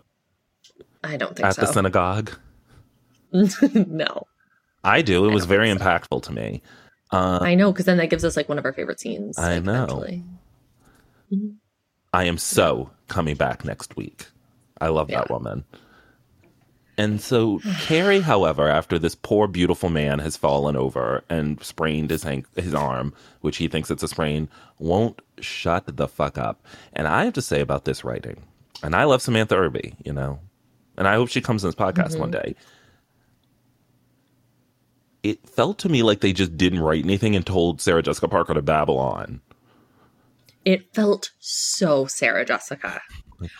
S1: I don't think
S2: at the
S1: so.
S2: synagogue.
S1: no.
S2: I do. It was very impactful to me.
S1: I know, because then that gives us like one of our favorite scenes.
S2: Uh, I
S1: like,
S2: know.
S1: eventually.
S2: I am so coming back next week. I love that
S1: Yeah.
S2: woman. And so Carrie, however, after this poor beautiful man has fallen over and sprained his hank- his arm, which he thinks it's a sprain, won't shut the fuck up. And I have to say about this writing, and I love Samantha Irby, you know, and I hope she comes on this podcast one day. It felt to me like they just didn't write anything and told Sarah Jessica Parker to babble on.
S1: It felt so Sarah Jessica.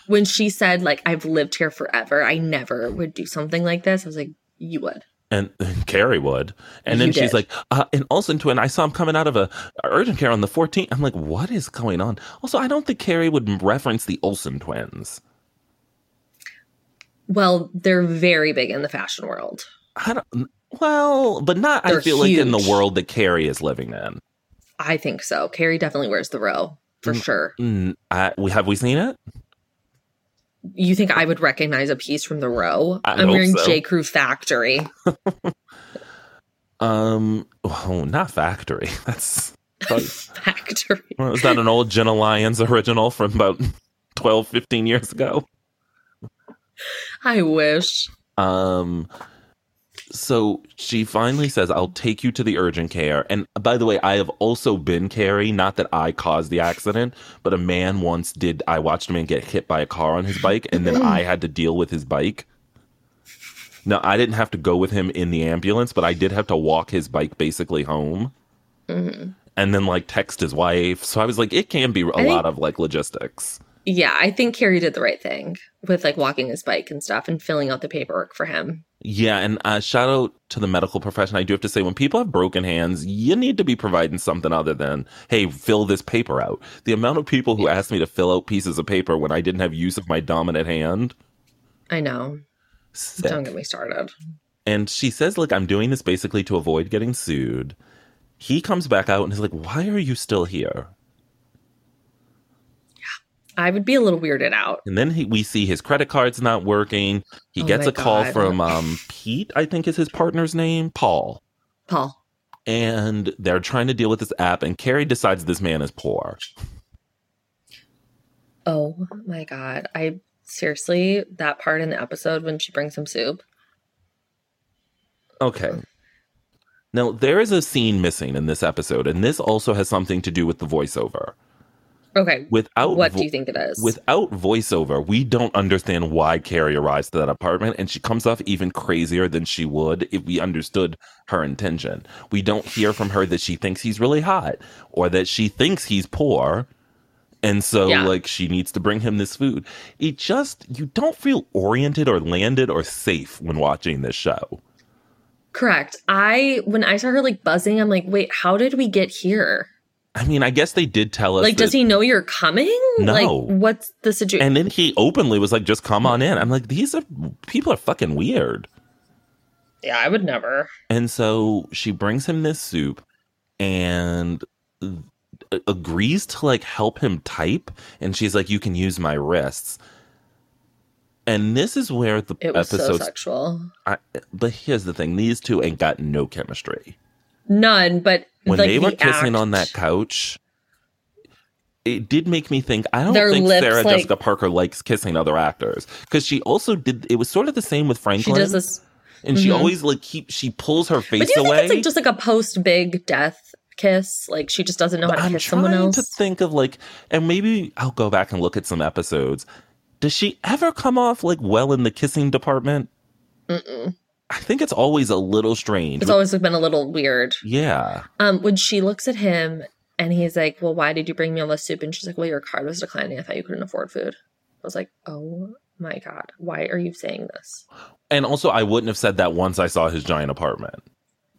S1: When she said, like, I've lived here forever, I never would do something like this, I was like, you would.
S2: and Carrie would. And then
S1: You
S2: she's
S1: did.
S2: like, uh, and Olsen twin, I saw him coming out of a a urgent care on the 14th. I'm like, what is going on? Also, I don't think Carrie would reference the Olsen twins.
S1: Well, they're very big in the fashion world.
S2: I don't, well, but not, I
S1: They're
S2: feel like in the
S1: huge.
S2: world that Carrie is living in.
S1: I think so. Carrie definitely wears the row for
S2: Mm.
S1: sure.
S2: Mm, I, we, have we seen it?
S1: You think I would recognize a piece from the row?
S2: I
S1: am
S2: hope
S1: wearing
S2: so.
S1: J. Crew Factory.
S2: Um, oh, not Factory. That's, that's
S1: Factory.
S2: was that an old Jenna Lyons original from about 12, 15 years ago?
S1: I wish.
S2: Um, so she finally says, I'll take you to the urgent care. And by the way, I have also been Carrie, not that I caused the accident, but a man once did. I watched a man get hit by a car on his bike, and then I had to deal with his bike. Now, I didn't have to go with him in the ambulance, but I did have to walk his bike basically home
S1: Mhm.
S2: and then like text his wife. So I was like, it can be a
S1: think-
S2: lot of like logistics.
S1: Yeah, I think Carrie did the right thing with like walking his bike and stuff and filling out the paperwork for him.
S2: Yeah, and uh, shout out to the medical profession. I do have to say, when people have broken hands, you need to be providing something other than, hey, fill this paper out. The amount of people who asked me to fill out pieces of paper when I didn't have use of my dominant hand.
S1: I know.
S2: sick.
S1: Don't get me started.
S2: And she says, look, I'm doing this basically to avoid getting sued. He comes back out and is like, why are you still here?
S1: I would be a little weirded out.
S2: And then he, we see his credit card's not working. He
S1: Oh
S2: gets
S1: my
S2: a call
S1: God.
S2: from um, Pete, I think is his partner's name, Paul.
S1: Paul.
S2: and they're trying to deal with this app and carrie decides this man is poor
S1: Oh my god. I seriously that part in the episode when she brings him soup.
S2: okay now there is a scene missing in this episode and this also has something to do with the voiceover
S1: Okay.
S2: without
S1: what
S2: vo-
S1: do you think it is?
S2: without voiceover we don't understand why carrie arrives to that apartment and she comes off even crazier than she would if we understood her intention we don't hear from her that she thinks he's really hot or that she thinks he's poor and so
S1: Yeah.
S2: like she needs to bring him this food it just you don't feel oriented or landed or safe when watching this show
S1: Correct. I when I saw her like buzzing, I'm like, wait, how did we get here?
S2: i mean i guess they did tell us
S1: like, does
S2: that-
S1: he know you're coming?
S2: No.
S1: Like, what's the situation?
S2: and then he openly was like just come on in i'm like these are people are fucking weird
S1: Yeah, I would never.
S2: And so she brings him this soup and uh, agrees to like help him type. And she's like, You can use my wrists. And this is where the
S1: It was
S2: episode.
S1: so sexual.
S2: I, but here's the thing these two ain't got no chemistry.
S1: None, but
S2: When
S1: like,
S2: they were
S1: the
S2: kissing
S1: act-
S2: on that couch, it did make me think I don't
S1: Their
S2: think
S1: lips,
S2: Sarah
S1: like-
S2: Jessica Parker likes kissing other actors. Because she also did, it was sort of the same with
S1: she
S2: Franklin.
S1: does this.
S2: and she
S1: mhm.
S2: always like keep she pulls her face
S1: But do you
S2: away.
S1: think it's like just like a post big death kiss? Like she just doesn't know how to
S2: I'm
S1: kiss someone
S2: trying
S1: else.
S2: to think of like, and maybe I'll go back and look at some episodes. Does she ever come off like well in the kissing department?
S1: Mm-mm.
S2: I think it's always a little strange.
S1: It's always been a little weird.
S2: yeah,
S1: Um, when she looks at him and he's like, "Well, why did you bring me all this soup?" and she's like, "Well, your card was declining. I thought you couldn't afford food." I was like, "Oh my god, why are you saying this?"
S2: and also I wouldn't have said that once I saw his giant apartment.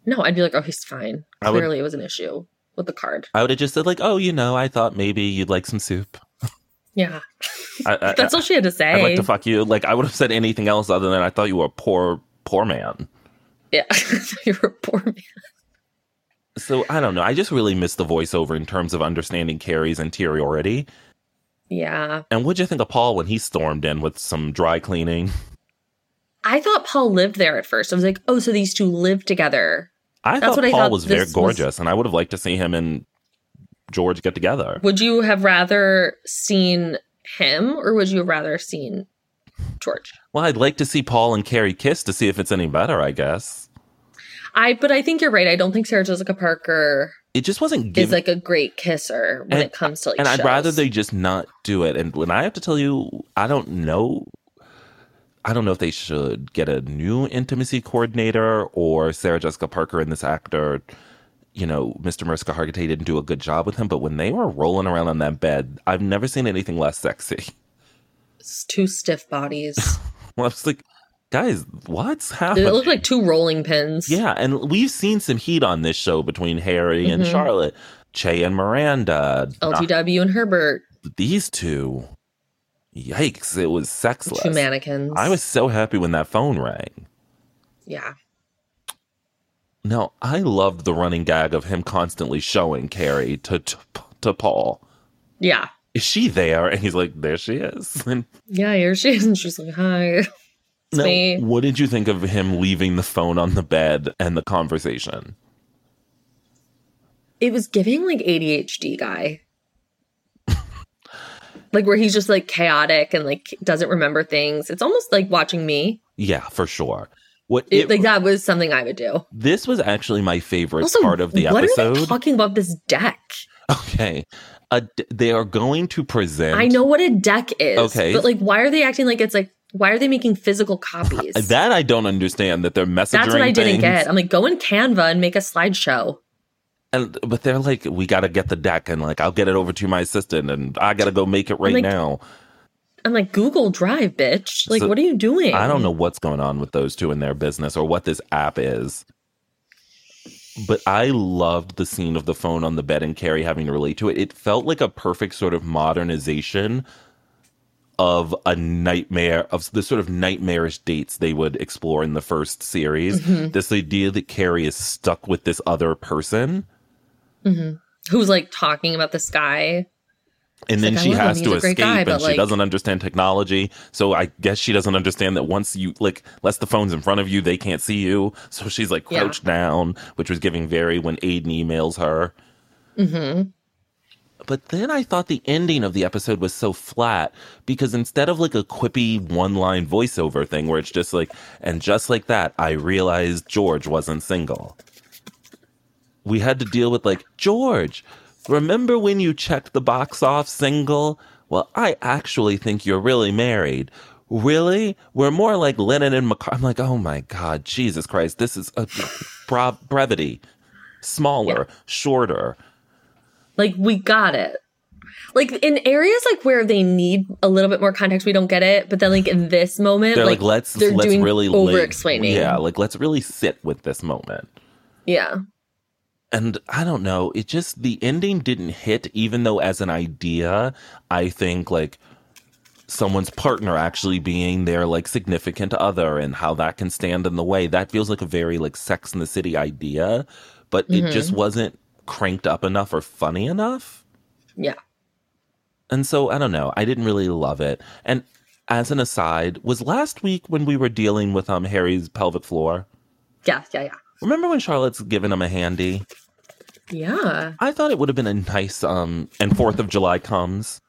S1: No, I'd be like, "Oh, he's fine.
S2: I would-
S1: Clearly, it was an issue with the card."
S2: I would have just said like, oh, you know, I thought maybe you'd like some soup.
S1: Yeah,
S2: I, I,
S1: that's all she had to say.
S2: Uh, I'd like to fuck you. Like I would have said anything else other than I thought you were a poor, poor man.
S1: yeah, you're a poor man.
S2: So I don't know. I just really miss the voiceover in terms of understanding Carrie's interiority.
S1: Yeah,
S2: And what'd you think of Paul when he stormed in with some dry cleaning?
S1: I thought Paul lived there at first. I was like, "Oh, so these two live together."
S2: I
S1: That's
S2: thought
S1: what I
S2: Paul
S1: thought
S2: was very
S1: this was-
S2: gorgeous, and I would have liked to see him and George get together.
S1: Would you have rather seen him, or would you have rather seen George?
S2: Well, I'd like to see Paul and Carrie kiss to see if it's any better. I guess
S1: I but I think you're right. I don't think Sarah Jessica Parker
S2: it just wasn't
S1: is
S2: given.
S1: like a great kisser when
S2: And-
S1: it comes to like
S2: and I'd
S1: shows.
S2: rather they just not do it. And when I have to tell you, I don't know. I don't know if they should get a new intimacy coordinator or Sarah Jessica Parker and this actor. You know, Mr. Mariska Hargitay didn't do a good job with him, but when they were rolling around on that bed, I've never seen anything less sexy.
S1: it's two stiff bodies.
S2: Well, I was like, guys, what's
S1: It
S2: happening?
S1: looked like two rolling pins.
S2: Yeah, and we've seen some heat on this show between Harry and
S1: Mhm.
S2: Charlotte, Che and Miranda.
S1: Oh, LTW and Herbert,
S2: These two, yikes! It was sexless.
S1: two mannequins.
S2: I was so happy when that phone rang.
S1: yeah.
S2: No, I loved the running gag of him constantly showing Carrie to to, to Paul.
S1: Yeah.
S2: Is she there? And he's like, "There she is." And
S1: Yeah, here she is. And she's like, hi.
S2: no,
S1: me.
S2: what did you think of him leaving the phone on the bed and the conversation?
S1: It was giving like ADHD guy. like where he's just like chaotic and like doesn't remember things. It's almost like watching me.
S2: Yeah, for sure. What
S1: It,
S2: it-
S1: like that was something I would do.
S2: this was actually my favorite
S1: Also,
S2: part of the
S1: what are they
S2: episode.
S1: talking about this deck?
S2: Okay. A d- they are going to present.
S1: I know what a deck is.
S2: Okay.
S1: But like why are they acting like it's like why are they making physical copies?
S2: That I don't understand that they're messaging.
S1: That's what I didn't
S2: things.
S1: get. I'm like, go in Canva and make a slideshow.
S2: And, but they're like, we got to get the deck and like, I'll get it over to my assistant and I got to go make it right
S1: Like,
S2: now.
S1: I'm like, Google Drive, bitch. Like,
S2: So-
S1: what are you doing?
S2: I don't know what's going on with those two in their business or what this app is. But I loved the scene of the phone on the bed and Carrie having to relate to it. It felt like a perfect sort of modernization of a nightmare of the sort of nightmarish dates they would explore in the first series. This idea that Carrie is stuck with this other person
S1: Who's like talking about this guy?
S2: and then
S1: like, I
S2: she
S1: love him.
S2: has
S1: He's
S2: to
S1: a great
S2: escape
S1: guy,
S2: and
S1: but,
S2: she
S1: like-
S2: doesn't understand technology. So I guess she doesn't understand that once you like unless the phone's in front of you, they can't see you. So she's like
S1: Yeah.
S2: crouched down, which was giving very when Aiden emails her.
S1: Mm-hmm.
S2: But then I thought the ending of the episode was so flat because instead of like a quippy one line voiceover thing where it's just like, and just like that, I realized George wasn't single. We had to deal with like, George, remember when you checked the box off single? Well, I actually think you're really married. Really? We're more like Lennon and McCartney. I'm like, oh my God, Jesus Christ, this is a bra- brevity, smaller, shorter.
S1: Like, we got it. Like in areas like where they need a little bit more context, we don't get it. But then, like in this moment,
S2: they're like, let's
S1: they're
S2: let's
S1: doing
S2: really lay-
S1: over explaining.
S2: Yeah, like let's really sit with this moment.
S1: yeah,
S2: And I don't know, it just the ending didn't hit, even though as an idea, I think like someone's partner actually being their like significant other and how that can stand in the way. That feels like a very like sex in the city idea, but it just wasn't cranked up enough or funny enough.
S1: yeah.
S2: And so I don't know. I didn't really love it. And as an aside, was last week when we were dealing with um Harry's pelvic floor.
S1: yeah, yeah, yeah,
S2: Remember when Charlotte's giving him a handy?
S1: yeah.
S2: I thought it would have been a nice um and 4th of July comes.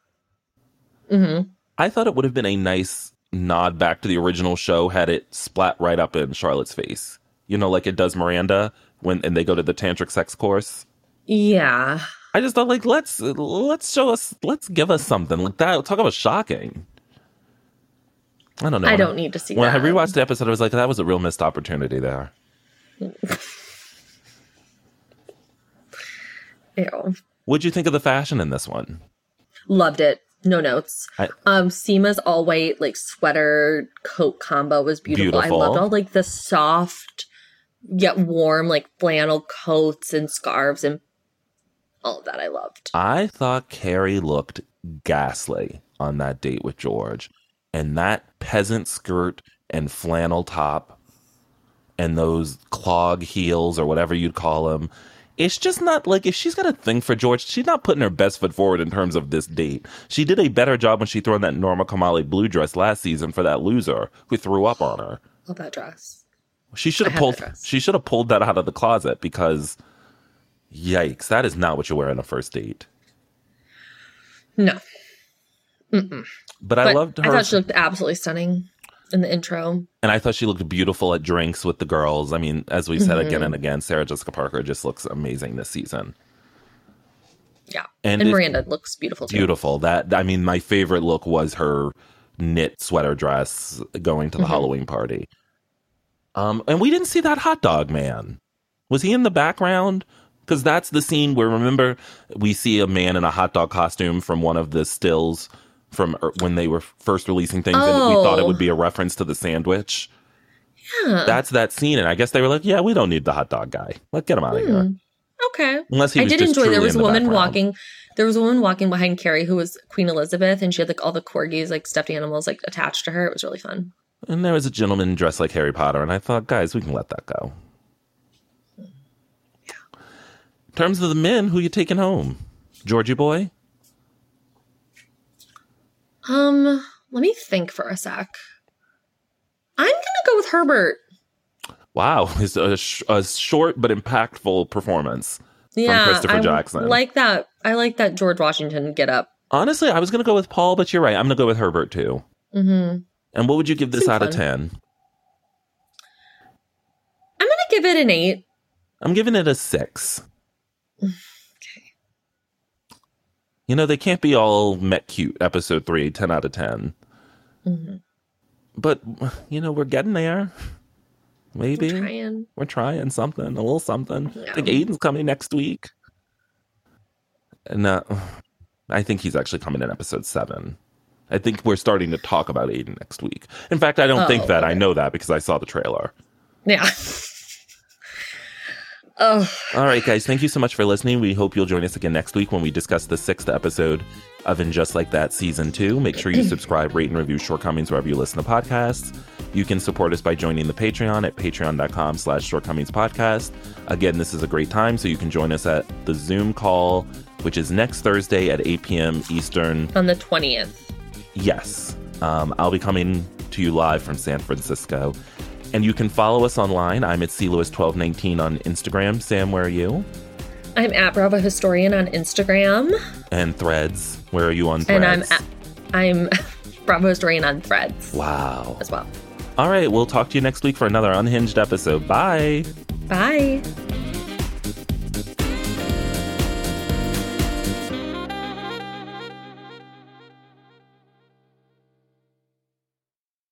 S1: Mm-hmm.
S2: I thought it would have been a nice nod back to the original show had it splat right up in Charlotte's face. You know like it does Miranda when and they go to the tantric sex course.
S1: Yeah,
S2: I just thought like let's let's show us let's give us something like that. Talk about shocking. I don't know.
S1: I don't need to see
S2: When
S1: that.
S2: I rewatched the episode, I was like, that was a real missed opportunity there.
S1: Ew.
S2: What'd you think of the fashion in this one?
S1: Loved it. No notes.
S2: I-
S1: um, Seema's all white like sweater coat combo was beautiful.
S2: Beautiful.
S1: I loved all like the soft yet warm like flannel coats and scarves and all of that. I loved.
S2: I thought Carrie looked ghastly on that date with George. And that peasant skirt and flannel top and those clog heels or whatever you'd call them. It's just not like if she's got a thing for George, she's not putting her best foot forward in terms of this date. She did a better job when she threw on that Norma Kamali blue dress last season for that loser who threw up on her.
S1: Love that dress.
S2: She should
S1: I
S2: have
S1: have the
S2: pulled.
S1: dress.
S2: She should have pulled that out of the closet because, yikes, that is not what you wear on a first date.
S1: No,
S2: But, I
S1: but
S2: loved her,
S1: I thought she looked absolutely stunning in the intro.
S2: and I thought she looked beautiful at drinks with the girls. I mean, as we've said again and again, Sarah Jessica Parker just looks amazing this season.
S1: Yeah,
S2: And
S1: and,
S2: it's
S1: Miranda looks beautiful too.
S2: Beautiful. That I mean, my favorite look was her knit sweater dress going to the Halloween party. Um, and we didn't see that hot dog man. Was he in the background? Because that's the scene where remember we see a man in a hot dog costume from one of the stills from er, when they were first releasing things, and we thought it
S1: Oh.
S2: would be a reference to the sandwich.
S1: Yeah.
S2: That's that scene. And I guess they were like, yeah, we don't need the hot dog guy. Let's get him out
S1: Hmm.
S2: of here.
S1: Okay.
S2: Unless he
S1: I
S2: was
S1: did
S2: just
S1: enjoy
S2: truly
S1: there was
S2: in
S1: a
S2: the
S1: woman
S2: background.
S1: walking there was a woman walking behind Carrie who was Queen Elizabeth and she had like all the corgis like stuffed animals like attached to her. It was really fun.
S2: And there was a gentleman dressed like Harry Potter, and I thought, guys, we can let that go. In terms of the men, who you taking home? Georgie boy?
S1: Um, let me think for a sec. I'm gonna go with Herbert.
S2: Wow, it's a, sh- a short but impactful performance.
S1: Yeah,
S2: Christopher
S1: I
S2: Jackson.
S1: Like that. I like that George Washington get up.
S2: Honestly, I was going to go with Paul, but you're right. I'm going to go with Herbert too.
S1: Mm-hmm.
S2: And what would you give this
S1: Seems
S2: out of
S1: fun.
S2: 10?
S1: I'm gonna give it an eight.
S2: I'm giving it a six.
S1: Okay.
S2: You know, they can't be all met cute, episode three, 10 out of 10.
S1: Mhm.
S2: But, you know, we're getting there. Maybe.
S1: I'm trying.
S2: We're trying something, a little something.
S1: Yeah.
S2: I think Aiden's coming next week. No, I think he's actually coming in episode seven. I think we're starting to talk about Aiden next week. In fact, I don't
S1: Oh,
S2: think that. I
S1: okay.
S2: know that because I saw the trailer.
S1: Yeah. oh,
S2: All right, guys, thank you so much for listening. We hope you'll join us again next week when we discuss the sixth episode of In Just Like That Season 2. Make sure you subscribe, rate, and review Shortcomings wherever you listen to podcasts. You can support us by joining the Patreon at patreon.com slash shortcomings podcast. Again, this is a great time, so you can join us at the Zoom call, which is next Thursday at 8 p.m. Eastern.
S1: on the twentieth.
S2: Yes. Um, I'll be coming to you live from San Francisco. And you can follow us online. I'm at CLewis1219 on Instagram. Sam, where are you?
S1: I'm at Bravo Historian on Instagram,
S2: and threads. Where are you on threads?
S1: and I'm at, I'm Bravo Historian on Threads
S2: Wow.
S1: as well.
S2: All right, we'll talk to you next week for another unhinged episode. Bye.
S1: Bye.